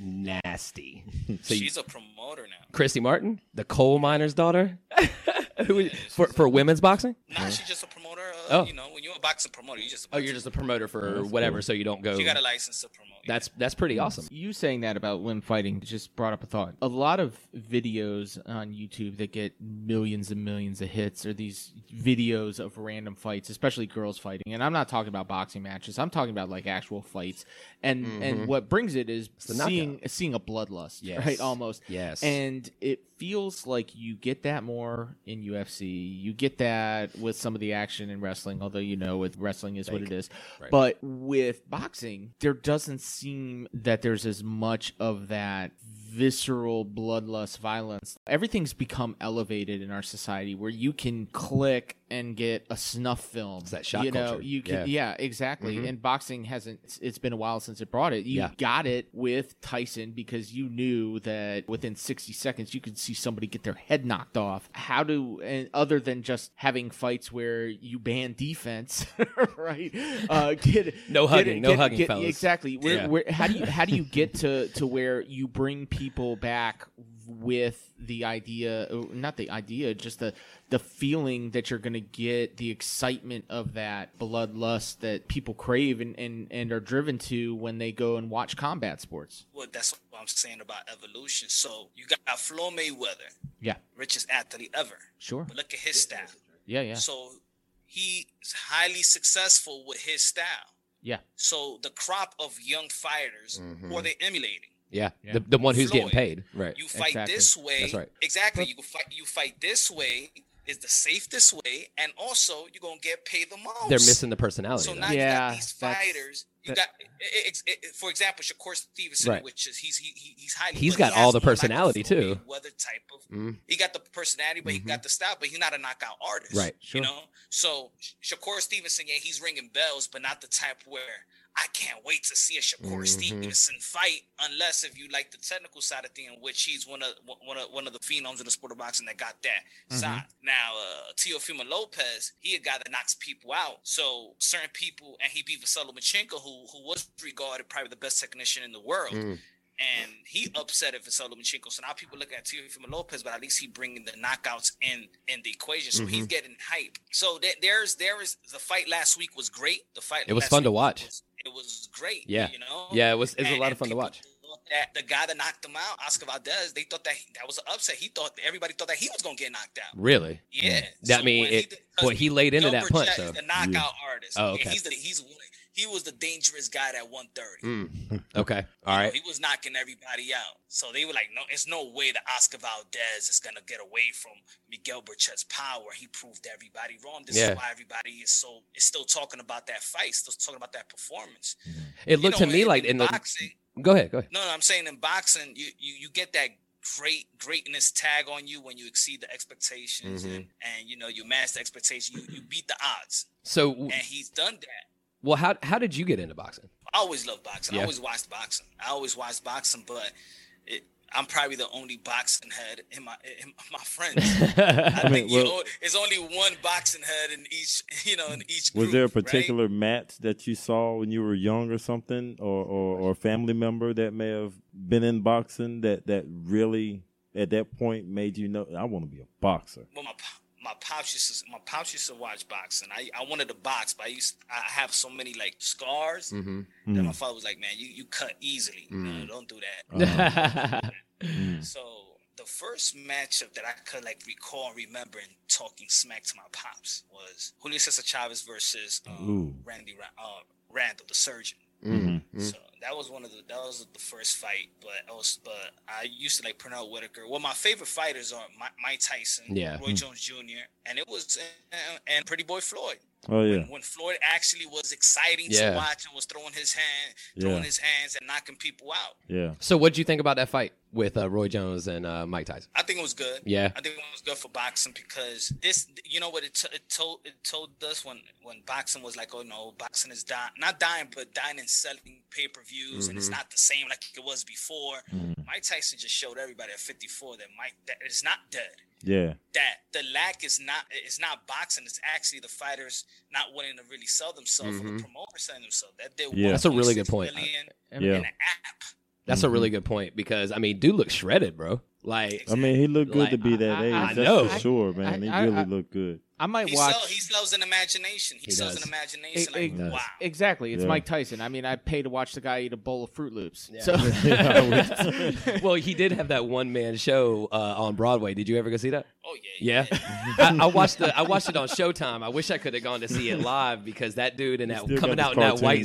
D: nasty. So you-
A: She's a promoter now.
D: Christy Martin, the coal miner's daughter, who for for women's boxing.
A: Nah, she's just a promoter. Uh,
D: Uh-huh. Oh.
A: You know, when you're a boxing promoter, you're just a
D: Oh, you're just a promoter for whatever, so you don't go.
A: you got a license to promote.
D: that's that's pretty awesome.
C: You saying that about women fighting just brought up a thought. A lot of videos on YouTube that get millions and millions of hits are these videos of random fights, especially girls fighting. And I'm not talking about boxing matches. I'm talking about like actual fights. And and what brings it is
D: Mm-hmm. the knockout.
C: seeing seeing a bloodlust,
D: Yes.
C: right? Almost.
D: Yes.
C: And it feels like you get that more in UFC. You get that with some of the action in wrestling, although you know with wrestling is what it is.
D: Right.
C: But with boxing, there doesn't seem that there's as much of that visceral bloodlust violence. Everything's become elevated in our society where you can click and get a snuff film.
D: that shot
C: you know,
D: culture. Mm-hmm.
C: you can yeah, exactly. And boxing hasn't it's- it's been a while since it brought it. You
D: Yeah.
C: got it with Tyson because you knew that within 60 seconds you could see somebody get their head knocked off. How do and other than just having fights where you ban defense, right? Uh get
D: No
C: get-
D: hugging, no
C: get-
D: hugging,
C: get-
D: fellas.
C: Exactly. Where,
D: Yeah.
C: where how do you how do you get to to where you bring people back with the idea uh, not the idea just the the feeling that you're going to get the excitement of that bloodlust that people crave and, and and are driven to when they go and watch combat sports
A: well, that's what I'm saying about evolution. So you got Floyd Mayweather,
C: yeah
A: richest athlete ever.
C: sure
A: But look at his style.
C: yeah yeah
A: So he's highly successful with his style.
C: yeah
D: Mm-hmm.
A: So the crop of young fighters who are they emulating?
D: Yeah,
C: Yeah.
D: The, the one who's getting
A: Floyd.
D: paid. Right.
A: You fight
C: Exactly.
A: this way.
D: That's right.
A: Exactly. You fight. You fight this way is the safest way, and also you're gonna get paid the most.
D: They're missing the personality.
A: So
D: though.
A: now you got
C: Yeah,
A: these
C: that's-
A: fighters. You
C: that-
A: got, i- i- i- i- for example, Shakur Stevenson,
D: Right.
A: which is he's he, he- he's highly.
D: He's
A: but
D: got
A: he
D: all
A: has
D: the
A: more like a
D: personality,
A: Floyd
D: too.
A: Mayweather type of.
D: Mm.
A: He got the personality, but he got the style, but he's not a knockout artist.
D: Right,
C: sure.
A: You know. So Sh- Shakur Stevenson, yeah, he's ringing bells, but not the type where. I can't wait to see a Shakur
D: Mhm.
A: Stevenson fight, unless if you like the technical side of thing, in which he's one of one of one of the phenoms of the sport of boxing that got that
D: Mm-hmm.
A: side. Now, uh, Teofimo Lopez, he a guy that knocks people out. So certain people, and he beat Vasily Machenko, who who was regarded probably the best technician in the world.
D: Mm.
A: And he upset at Vasily Machenko. So now people look at Teofimo Lopez, but at least he bringing the knockouts in in the equation. So he's getting hype. So there- there's there is the fight last week was great. The fight
D: It was
A: last
D: fun to
A: week
D: watch.
A: was- it was great.
D: Yeah.
A: you know.
D: Yeah, it was. It's a
A: And-
D: lot
A: and
D: of fun to
A: people
D: watch.
A: thought That the guy that knocked him out, Oscar Valdez, they thought that he, that was an upset. He thought everybody thought that he was gonna get knocked out.
D: Really?
A: Yeah.
D: Mm. That
A: So
D: mean
A: when he
D: it.
A: did-
D: Boy, he laid into that
A: Gilbert
D: punch
A: Jack
D: though.
A: is the knockout artist.
D: Oh,
A: And
D: okay.
A: he's the, he's he was the dangerous guy at 130.
D: Mm. Okay. All right.
A: He was knocking everybody out. So they were like, no, it's no way that Oscar Valdez is gonna get away from Miguel Burchett's power. He proved everybody wrong. This
D: Yeah.
A: is why everybody is so is still talking about that fight, still talking about that performance.
D: It
A: You
D: looked
A: know,
D: to me
A: in-
D: like
A: in
D: in the.
A: boxing.
D: Go ahead. Go ahead.
A: No, no, I'm saying in boxing, you you, you get that great greatness tag on you when you exceed the expectations
B: Mm-hmm.
D: Mhm.
A: and, and you know you match the expectation. You, you beat the odds,
D: So, w-
A: and he's done that.
D: well, how how did you get into boxing?
A: I always loved boxing.
D: Yeah.
A: I always watched boxing. I always watched boxing, but it, I'm probably the only boxing head in my in my friends.
D: Mm-hmm.
A: I,
B: mean,
A: think you
B: well-
A: know, it's only one boxing head in each, you know, in each.
B: Was
A: group,
B: there a
A: right?
B: particular match that you saw when you were young or something, or, or, or a family member that may have been in boxing that, that really at that point made you know I want to be a boxer?
A: well, my pop- my pops used to my pops used to watch boxing. I, I wanted to box, but I used I have so many like scars
D: Mhm.
A: that my
B: Mm.
A: father was like, "Man, you you cut easily.
D: Mm.
A: No, don't do that."
B: Uh, Mm-hmm.
D: Mm.
A: So the first matchup that I could like recall and remember and talking smack to my pops was Julio Cesar Chavez versus uh,
B: Ooh. Mm.
A: Randy Ra- uh, Randall, the surgeon.
D: Mhm.
A: So that was one of the that was the first fight, but I was but I used to like Pernell Whitaker. Well, my favorite fighters are Mi- Mike Tyson,
D: Yeah.
B: Hmm.
A: Roy Jones Jr., and it was and, and Pretty Boy Floyd
B: oh yeah,
A: when Floyd actually was exciting
D: Yeah.
A: to watch and was throwing his hand, throwing
B: yeah,
A: his hands and knocking people out.
B: yeah.
D: So, what'd you think about that fight with uh, Roy Jones and uh, Mike Tyson?
A: I think it was good.
D: Yeah.
A: I think it was good for boxing because this, you know, what it, t- it told it told us when when boxing was like, oh no, boxing is dying, not dying, but dying and selling pay per views, and
D: Mm-hmm.
A: it's not the same like it was before.
B: Mm-hmm.
D: Mm.
A: Mike Tyson just showed everybody at 54 that Mike that is not dead.
B: Yeah,
A: that the lack is not it's not boxing it's actually the fighters not wanting to really sell themselves or the promoter selling themselves that they
B: Yeah.
D: Mm-hmm. That's a really good point.
B: Yeah. Mm-hmm.
A: an app
D: That's a really good point because I mean, dude looks shredded, bro. Like,
B: I mean, he looked good
D: Like,
B: to be that
C: I- I-
B: age.
C: I
B: that's
D: know.
B: for sure, man.
C: I-
B: he
C: I-
B: really
C: I-
B: looked good.
C: I might
A: he,
C: watch.
A: sell, he sells an imagination he,
D: He
A: sells
D: does.
A: an imagination
C: It-
A: like
C: it
B: does.
A: wow
C: Exactly, it's
B: Yeah.
C: Mike Tyson. I mean, I pay to watch the guy eat a bowl of Fruit Loops.
D: Yeah.
C: So
B: Oh, Yeah,
D: well, he did have that one man show uh, on Broadway. Did you ever go see that?
A: oh yeah
D: Yeah, I, I watched the I watched it on Showtime. I wish I could have gone to see it live because that dude in that
B: still got
D: coming
B: the
D: out in that
B: cartoon,
D: white
B: too.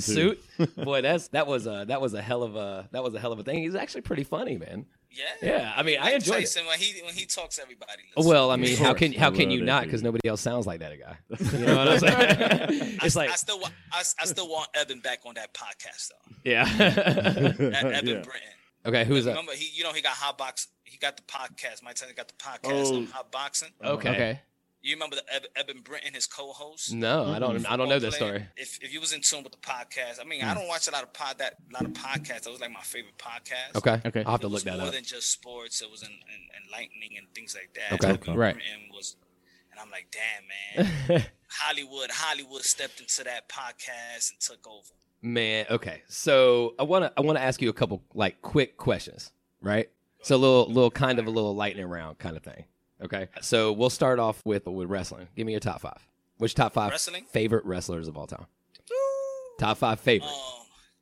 D: suit, boy, that's that was a that was a hell of a that was a hell of a thing. He's actually pretty funny, man.
A: yeah
D: Yeah, I mean, I
A: Mike
D: enjoyed it.
A: Tyson, when he when he talks everybody listens.
D: Well, I mean, how
B: course.
D: can how
B: I
D: can
B: love
D: you
B: that
D: not?
B: dude.
D: Because nobody else sounds like that guy. You know what I'm saying?
A: I,
D: it's
A: I
D: like,
A: still want I, I still want Eben back on that podcast though
D: yeah.
A: that Eben
B: Yeah.
A: Britton
D: okay, who's up?
A: remember he you know he got hot box he got the podcast Mike Tyson got the podcast
B: Oh.
A: on hot boxing
D: Okay.
C: okay,
A: you remember the Eben, Eben Britton his co-host
D: No, I don't. I don't know
A: football
D: that
A: player,
D: story. Hmm.
A: If, if you was in tune with the podcast, I mean, I don't watch a lot of pod that a lot of podcasts. That was like my favorite podcast.
D: Okay.
C: Okay.
D: I'll have to
A: It
D: look
A: was
D: that
A: more
D: up.
A: than just sports. It was in, in, enlightening and things like that.
D: Okay.
A: Evergreen
C: Right.
A: was, and I'm like, damn, man, Hollywood, Hollywood stepped into that podcast and took over.
D: Man, okay. So I wanna I wanna ask you a couple like quick questions, right? So a little little kind of a little lightning round kind of thing. Okay. So we'll start off with with wrestling. Give me your top five. Which top five
A: Wrestling?
D: favorite wrestlers of all time? Top five favorite.
A: Um,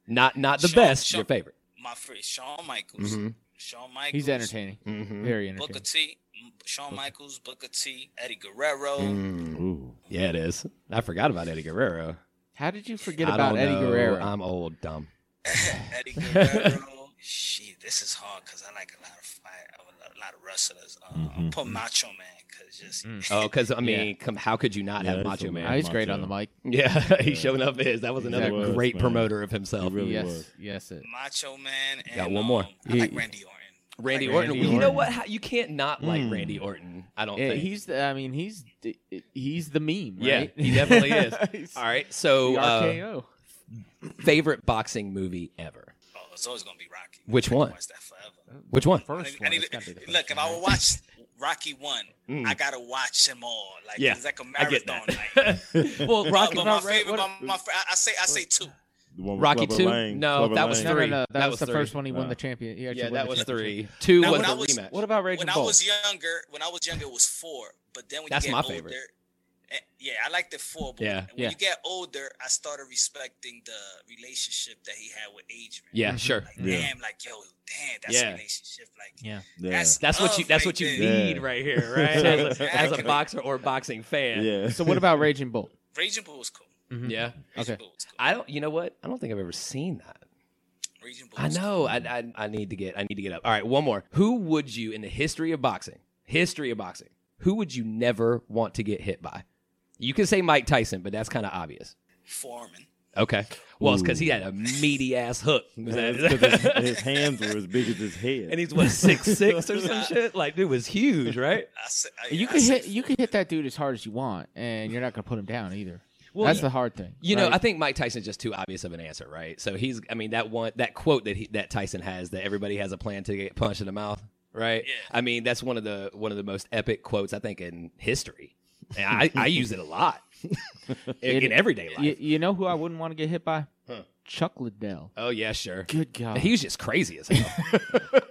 D: not not the
A: Shawn-
D: best,
A: Shawn-
D: your favorite.
A: my friend Shawn Michaels,
B: Mm-hmm,
D: Mhm.
A: Shawn Michaels,
C: Mm-hmm. he's entertaining,
D: Mm-hmm.
C: very
A: Booker
C: entertaining.
A: T, M- Shawn Michaels, Booker T, Eddie Guerrero.
C: Mm.
B: Ooh.
D: Yeah, it is. I forgot about Eddie Guerrero.
C: How did you forget
D: I
C: about
D: don't
C: Eddie
D: know.
C: Guerrero?
D: I'm old, dumb.
A: Eddie Guerrero, Shit, this is hard because I like a lot of fight, a lot of wrestlers. Uh,
C: Mm-hmm.
A: I'll put Macho Man because just
D: Oh, because I mean, come, how could you not
B: Yeah,
D: have
B: that's
D: Macho
B: a-
D: Man?
B: I-
C: He's great on the mic.
D: yeah, he showed up. Is that was another
B: was,
D: great
B: man.
D: promoter of himself.
B: He really
C: yes,
B: was.
C: yes. It,
A: Macho Man. And,
D: Got one more.
A: um, I like Randy Orton.
C: Randy
D: Randy Orton.
C: Orton.
D: You know what? How, you can't not like Randy Orton. I don't
C: Yeah,
D: think.
C: he's the. I mean, he's the- he's the meme.
D: Yeah,
C: right?
D: he definitely is.
C: He's
D: All right.
C: the
D: So, uh,
C: RKO.
D: favorite boxing movie ever?
A: Oh, it's always gonna be Rocky.
D: Which
A: I could
D: one?
A: Watch that forever.
D: Which one?
A: I
C: First
A: need-
C: one.
A: I need
C: it's
A: to-
C: gotta be the first
A: look, if I
C: one.
A: would watch Rocky one, I gotta watch them all. Like
D: Mm. Yeah,
A: it's like a
D: I get
A: marathon.
D: that.
A: Like,
D: well, Rocky.
A: but my favorite, my, my, fa- I- I say, I say two.
B: The one with
D: Rocky
B: Clever
D: two?
B: Lang,
D: No,
B: Clever
D: that was
B: Lang.
C: No, no, no. That,
D: That
C: was,
D: was
C: the first
D: three.
C: one he won
B: Nah.
C: the champion. he actually
D: yeah,
C: won
D: that
C: the
D: was
C: championship.
D: three. Two
A: Now,
D: was
A: when I
D: the
A: was-
D: rematch.
C: What about Raging
A: when I
C: Bull?
A: was younger, when I was younger, it was four. But then when
D: That's
A: you
D: my
A: get older,
D: favorite.
A: eh, yeah, I like the four. But
D: Yeah,
A: when
C: yeah.
A: you get older, I started respecting the relationship that he had with Adrian.
D: Yeah, sure.
A: Like,
B: Yeah.
A: damn, like yo, damn, that's
D: Yeah.
A: a relationship. Like,
C: Yeah.
B: Yeah.
A: that's
D: That's what
A: love
D: you.
A: right
D: That's what you
A: there.
D: need
B: Yeah.
D: right here, right? as, a, as a boxer or boxing fan.
B: yeah.
C: So what about Raging Bull?
A: Raging Bull was cool.
C: Mhm.
D: Yeah.
A: Raging
C: Okay.
A: Bull was cool.
D: I don't. You know what? I don't think I've ever seen that.
A: Raging Bull
D: I
A: was
D: know. I, I I need to get. I need to get up. All right. One more. Who would you in the history of boxing? History of boxing. Who would you never want to get hit by? You can say Mike Tyson, but that's kind of obvious.
A: Foreman.
D: Okay. Well, it's because he had a meaty ass hook,
B: That's 'cause his, his hands were as big as his head.
D: and he's what six six or some shit. Like, dude was huge, right?
A: I say, I,
C: You
A: I
C: can
A: say
C: hit you can hit that dude as hard as you want, and you're not gonna put him down either.
D: Well,
C: That's
D: you-
C: the hard thing.
D: You know,
C: right?
D: I think Mike Tyson's just too obvious of an answer, right? So he's, I mean, that one, that quote that he, that Tyson has that everybody has a plan to get punched in the mouth, right?
A: Yeah.
D: I mean, that's one of the one of the most epic quotes I think in history. And I, I use it a lot in, in everyday life.
C: you, you know who I wouldn't want to get hit by? Chuck Liddell.
D: oh yeah, sure.
C: Good God.
D: He was just crazy as hell.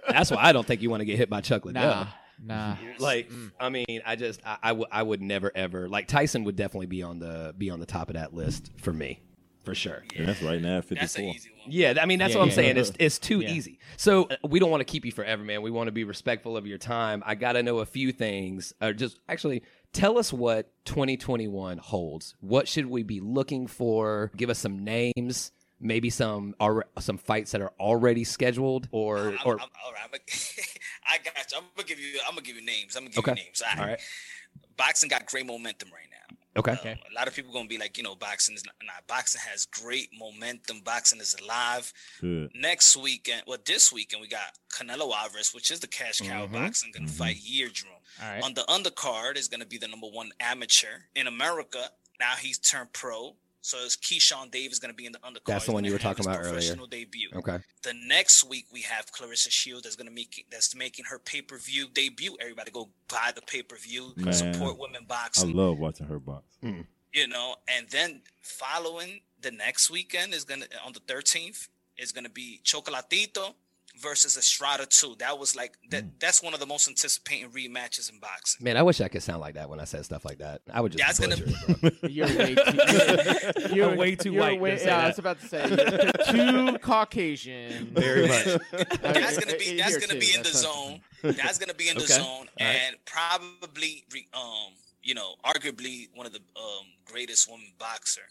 D: that's why I don't think you want to get hit by Chuck Liddell.
C: nah, Mm. nah.
D: Like, I mean, I just, I, I, w- I would never ever like Tyson would definitely be on the be on the top of that list for me, for sure.
B: And that's right now at
A: That's an
B: 54.
A: easy one.
D: Yeah, I mean that's
C: Yeah,
D: what I'm
C: yeah.
D: saying. It's it's too
C: Yeah.
D: easy. So uh, we don't want to keep you forever, man. We want to be respectful of your time. I got to know a few things. Or just actually tell us what 2021 holds. What should we be looking for? Give us some names, maybe some are some fights that are already scheduled or
A: I'm,
D: or
A: I'm, all right, I'm gonna, I got you. I'm gonna give you. I'm gonna give you names. I'm gonna give
D: Okay.
A: you names. All right.
D: All right.
A: Boxing got great momentum right now.
D: okay.
A: Um, a lot of people gonna be like, you know, boxing is not. Nah, boxing has great momentum. Boxing is alive.
B: Good.
A: Next weekend, well, this weekend we got Canelo Alvarez, which is the cash cow of
D: Mm-hmm.
A: boxing, gonna fight Yeardrum.
C: All right.
A: On the undercard is gonna be the number one amateur in America. Now he's turned pro. So it's Keyshawn Davis gonna be in the undercard.
D: That's the
A: He's
D: one you
A: gonna
D: were
A: have
D: talking
A: his
D: about earlier.
A: Professional debut.
D: Okay.
A: The next week we have Clarissa Shield that's gonna make that's making her pay per view debut. Everybody go buy the pay per view,
B: Man.
A: support women
B: I
A: boxing,
B: love watching her box.
A: you know. And then following the next weekend is gonna on the thirteenth is gonna be Chocolatito versus Estrada two. That was like that.
D: Mm.
A: That's one of the most anticipating rematches in boxing.
D: Man, I wish I could sound like that when I said stuff like that. I would just
A: Yeah, it's gonna-
D: butcher it,
C: You're way
D: bro.
C: too. You're,
D: I'm way too
C: you're
D: white to
C: way-
D: say
C: yeah, I
D: that.
C: was about to say you're too Caucasian.
D: very much.
A: That's gonna be eh, that's gonna be in the zone. That's gonna be in the
D: Okay.
A: zone,
D: right.
A: and probably re- um you know arguably one of the um greatest women boxer.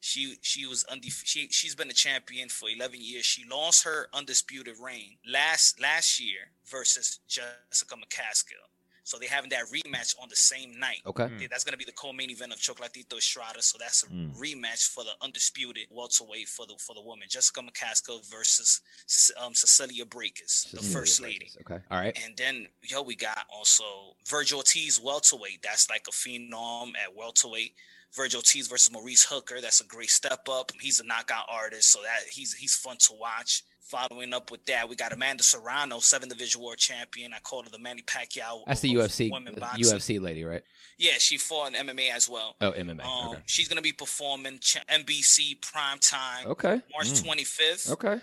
A: She she was undefe- she she's been a champion for eleven years. She lost her undisputed reign last last year versus Jessica McCaskill. So they having that rematch on the same night.
D: Okay.
A: Yeah, That's gonna be the co-main event of Chocolatito Estrada. So that's a rematch for the undisputed welterweight for the for the woman Jessica McCaskill versus um, Cecilia Breakers, the first lady.
D: Okay. All right.
A: And then yo, we got also Virgil Ortiz welterweight. That's like a phenom at welterweight. Virgil Ortiz versus Maurice Hooker. That's a great step up. He's a knockout artist, so that he's he's fun to watch. Following up with that, we got Amanda Serrano, seven division world champion. I call her the Manny Pacquiao.
D: That's the
A: of
D: UFC
A: women boxing.
D: UFC lady, right?
A: Yeah, she fought in MMA as well.
D: Oh, MMA.
A: Um,
D: okay.
A: She's gonna be performing ch- NBC prime time,
D: Okay. Mm.
A: March 25th.
D: Okay.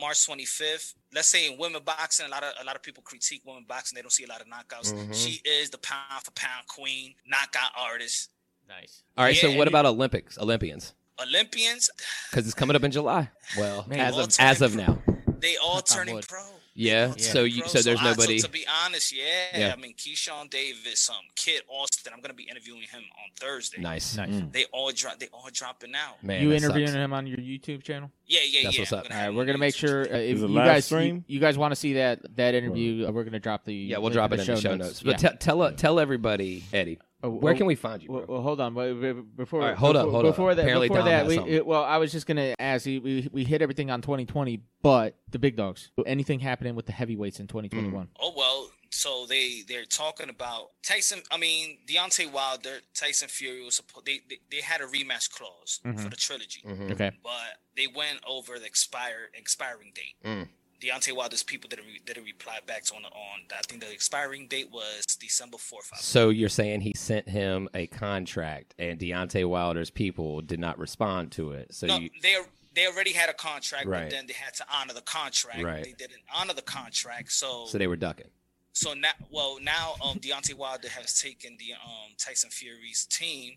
A: March 25th. Let's say in women boxing, a lot of a lot of people critique women boxing. They don't see a lot of knockouts.
D: Mm-hmm.
A: She is the pound for pound queen, knockout artist.
C: Nice.
D: All right. so
A: Yeah.
D: what about Olympics? Olympians?
A: Olympians,
D: Because it's coming up in July. Well,
C: Man,
D: as
A: well,
D: of
A: it's
D: as of
A: gonna
D: now.
A: they all turning
C: wood.
A: pro.
D: Yeah.
A: Yeah.
D: So you
A: Bro,
D: so there's
A: I-
D: nobody.
A: to be honest, yeah,
D: Yeah.
A: I mean, Keyshawn Davis, um, Kid Austin. I'm gonna be interviewing him on Thursday.
D: nice.
C: Nice.
B: Mm.
A: They all drop. They all dropping out.
D: Man,
C: you
D: that sucks.
C: interviewing him on your YouTube channel?
A: Yeah, yeah,
D: That's
A: yeah.
D: what's
A: I'm
D: up.
A: gonna
C: All
A: have
C: right,
A: him
C: we're
A: on
C: gonna make
A: YouTube.
C: sure uh, if
B: Is it
C: you
B: live
C: guys
B: stream?
C: You, you guys want to see that that interview? uh, We're gonna drop the
D: Yeah, we'll
C: link
D: drop it in the show notes. But
C: Yeah.
D: te- tell uh, tell everybody, Eddie,
C: Oh,
D: where
C: oh,
D: can we find you?
C: Well,
D: Bro?
C: well, hold on. Wait, wait, Before
D: All right, hold up,
C: before,
D: hold up.
C: before that,
D: Apparently
C: before
D: Dom
C: that,
D: has
C: we,
D: something.
C: it- well, I was just gonna ask. We, we we hit everything on 2020, but the big dogs. Anything happening with the heavyweights in 2021?
A: Oh well, so they they're talking about Tyson. I mean, Deontay Wilder, Tyson Fury was supposed. They, they they had a rematch clause
D: Mm-hmm.
C: Mhm.
A: for the trilogy,
D: Mhm.
C: Okay.
A: but they went over the expired expiring date.
D: Mm.
A: Deontay Wilder's people didn't re, didn't reply back on on. I think the expiring date was December fourth.
D: So you're saying he sent him a contract, and Deontay Wilder's people did not respond to it. So
A: No,
D: you,
A: they they already had a contract,
D: Right.
A: but then they had to honor the contract.
D: Right.
A: They didn't honor the contract, so
D: so they were ducking.
A: so now well now um Deontay Wilder has taken the um Tyson Fury's team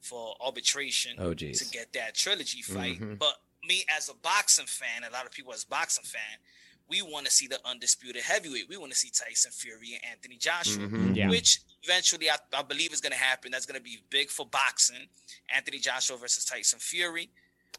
A: for arbitration
D: Oh
A: to
D: jeez.
A: get that trilogy fight.
D: Mhm.
A: But me as a boxing fan, a lot of people as a boxing fan, we want to see the undisputed heavyweight. We want to see Tyson Fury and Anthony Joshua.
D: Mhm.
C: Yeah.
A: Which eventually I, I believe is going to happen. That's going to be big for boxing. Anthony Joshua versus Tyson Fury.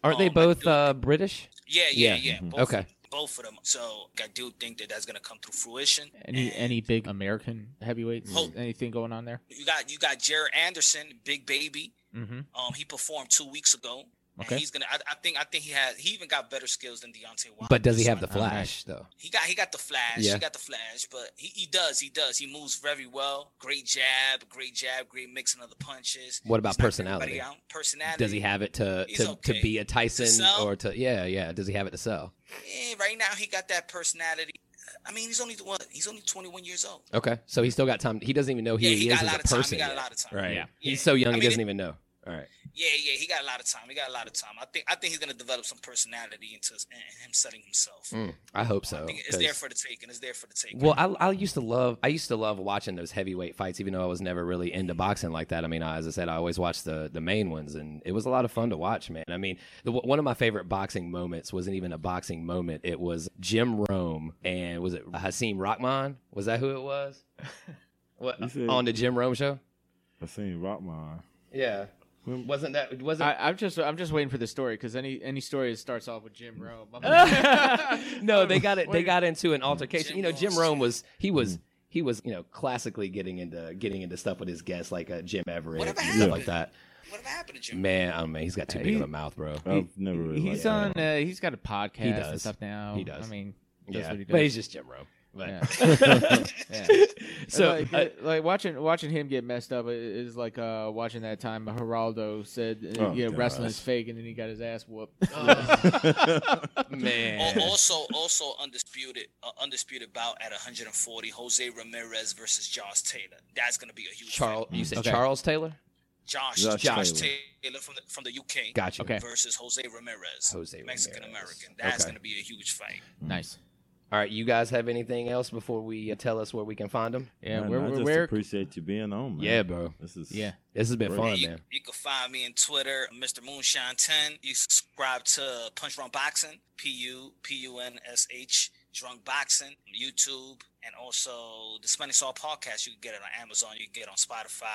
D: Aren't
A: Oh,
D: they
A: my
D: both
A: dude.
D: uh, British?
A: Yeah, yeah,
D: Yeah.
A: yeah.
C: Mm-hmm.
B: Mhm.
A: Both,
D: Okay.
A: Both of them. So I do think that that's gonna come to fruition.
C: Any
A: And
C: any big American heavyweights?
A: Oh.
C: Anything going on there?
A: you got you got Jared Anderson, Big Baby.
C: Mm-hmm.
A: Um, he performed two weeks ago.
C: Okay.
A: And he's gonna. I, I think. I think he has. He even got better skills than Deontay Wilder.
D: But does he
A: So
D: have the
A: I-
C: All right.
D: flash though?
A: He got. He got the flash.
D: Yeah.
A: He got the flash. But he, he does. He does. He moves very well. Great jab. Great jab. Great mixing of the punches.
D: What about
A: He's knocking everybody
D: personality?
A: out. Personality.
D: Does he have it to
A: He's
D: to, to
A: okay.
D: be a Tyson
A: sell?
D: or to yeah yeah? Does he have it to sell?
A: Eh, right now, he got that personality. I mean, he's only what? He's only 21 years old.
D: Okay, so he's still got time. He doesn't even know who
A: Yeah,
D: he,
A: he
D: is
A: got a
D: as
A: lot
D: a
A: of time. He
D: person.
A: got a
D: yet.
A: lot of time.
D: Right.
C: Yeah.
D: He's
A: Yeah.
D: so
A: I
D: young he
A: mean,
D: doesn't
A: it-
D: even know. All right.
A: Yeah, yeah, he got a lot of time. He got a lot of time. I think I think he's gonna develop some personality into his- and him setting himself.
D: Mm, I hope so.
A: I think it's there
D: 'cause-
A: for the taking. It's there for the taking.
D: Well, I, I used to love I used to love watching those heavyweight fights, even though I was never really into boxing like that. I mean, I- as I said, I always watched the the main ones, and it was a lot of fun to watch, man. I mean, the, one of my favorite boxing moments wasn't even a boxing moment; it was Jim Rome and was it Hasim Rahman? Was that who it was? What
B: You said-
D: on the Jim Rome show?
B: I seen Rockmine.
D: Yeah,
B: When-
D: wasn't that wasn't?
C: I, I'm just I'm just waiting for the story because any any story that starts off with Jim Rome.
D: no, they got it. They
C: Wait.
D: got into an altercation.
A: Jim
D: You know, Jim
A: Rome's-
D: Rome was he was he was you know classically getting into getting into stuff with his guests like uh, Jim Everett and
A: Whatever
D: stuff like
A: happened?
D: that.
A: Whatever happened to Jim?
D: Man, oh man, he's got too big of
C: He-
D: a mouth, bro.
B: I've never really
C: He's
B: liked that.
C: on. Uh, he's got a podcast
D: does.
C: and stuff now.
D: He does.
C: I mean, that's
D: Yeah,
C: what he does.
D: but he's just Jim Rome. But
C: yeah.
D: so
C: like,
D: uh,
C: like watching watching him get messed up i- is like uh, watching that time Geraldo said, uh,
B: Oh,
C: "Yeah,
B: God.
C: wrestling is fake," and then he got his ass whooped.
D: uh, man,
A: Al- Also, also undisputed, uh, undisputed bout at 140. Jose Ramirez versus Josh Taylor. That's gonna be a huge
D: Charles,
A: fight.
D: you said
C: Okay.
D: Charles Taylor?
A: Josh,
B: Josh
A: Josh,
B: Taylor.
A: Taylor. from the, from the UK
D: Gotcha.
C: Okay.
A: versus Jose Ramirez,
D: Jose
A: Mexican
D: Ramirez.
A: American. That's
D: Okay.
A: gonna be a huge fight.
C: nice.
D: All right, you guys have anything else before we uh, tell us where we can find them?
C: Yeah,
B: Man,
C: where,
B: I
C: where,
B: just
C: where-
B: appreciate you being on, man.
D: Yeah, bro.
B: This is
C: yeah.
D: This has been
B: Right.
D: fun,
A: you,
D: man.
A: you can find me on Twitter, Mr. Moonshine 10. You subscribe to Punch Drunk Boxing, P U P U N S H Drunk Boxing, YouTube, and also the Spanish Saw podcast. You can get it on Amazon, you can get it on Spotify,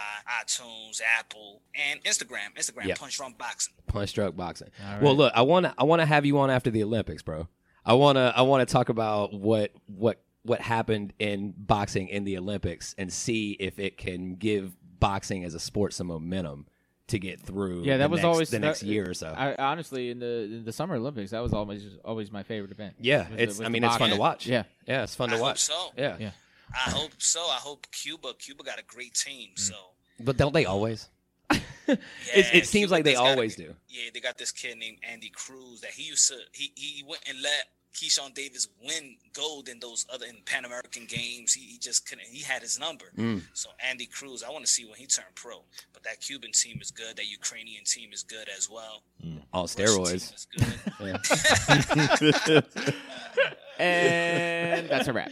A: iTunes, Apple, and Instagram. Instagram,
D: Yeah.
A: Punch Drunk Boxing.
D: Punch drunk boxing.
C: All
D: Well,
C: right.
D: look, I want to I want to have you on after the Olympics, bro. I want to I want to talk about what what what happened in boxing in the Olympics and see if it can give boxing as a sport some momentum to get through.
C: Yeah, that
D: the
C: was
D: next-
C: always-
D: the next
C: that-
D: year or so.
C: I, honestly, in the in the Summer Olympics, that was always always my favorite event.
D: yeah,
C: With the-
D: it's
C: with
D: I
C: the
D: mean it's fun to
C: boxing.
D: watch.
C: Yeah,
D: yeah, it's fun
A: I
D: to
A: hope
D: watch.
A: so.
D: Yeah.
C: Yeah.
A: I hope so. I hope Cuba. Cuba got a great team. So
D: but don't they always?
A: yeah,
D: Mm. it, it seems
A: Cuba
D: like they
A: just gotta
D: always
A: be-
D: do.
A: Yeah, they got this kid named Andy Cruz that he used to he he went and let Keyshawn Davis win gold in those other in Pan American games. He, he just couldn't. He had his number.
D: Mm.
A: So Andy Cruz, I want to see when he turned pro. But that Cuban team is good. That Ukrainian team is good as well.
D: All
A: Russian team
D: steroids.
A: is good.
D: Yeah.
C: and That's a wrap.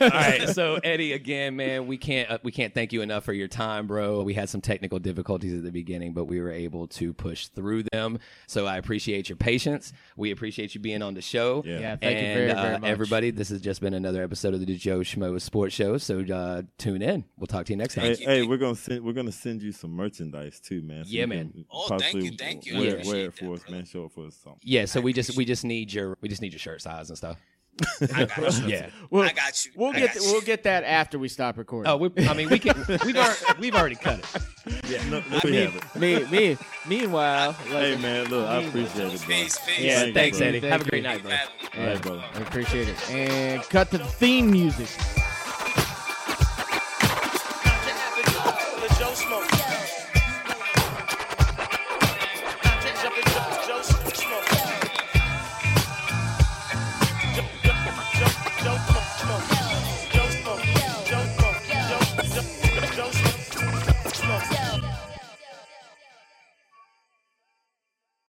D: All right, so Eddie, again, man, we can't uh, we can't thank you enough for your time, bro. We had some technical difficulties at the beginning, but we were able to push through them. So I appreciate your patience. We appreciate you being on the show.
B: Yeah.
C: Yeah, thank
D: and
C: you very,
D: uh,
C: very much.
D: everybody, this has just been another episode of the Joe Schmo Sports Show. So uh, tune in. We'll talk to you next time.
B: Hey,
A: you,
B: hey,
A: thank
B: we're gonna send we're gonna send you some merchandise too, man.
D: Yeah,
B: you
D: man.
B: can
A: Oh, thank
B: possibly
A: you, thank you. I
B: Wear, wear
A: appreciate
B: it for
A: that,
B: us,
A: brother.
B: man. Show it for us something.
D: Yeah, so we just we just need your we just need your shirt size and stuff.
A: I got you.
D: Yeah.
C: We'll,
A: I got you.
C: We'll
A: I
C: get
A: got
C: we'll
A: you.
C: get that after we stop recording.
D: Oh, we, I mean, we can. We've already, we've already cut it.
B: Yeah, no, we have it.
C: me, me. Meanwhile,
B: Hey,
C: like,
B: man, look, I appreciate it, bro.
A: Peace, peace.
C: Yeah,
B: you,
D: Thanks,
B: bro.
D: Eddie.
C: Thank
D: Have a
C: you.
D: great night,
A: Thank you
D: bro.
A: for having me.
B: All right, brother.
C: I appreciate it. And cut to the theme music.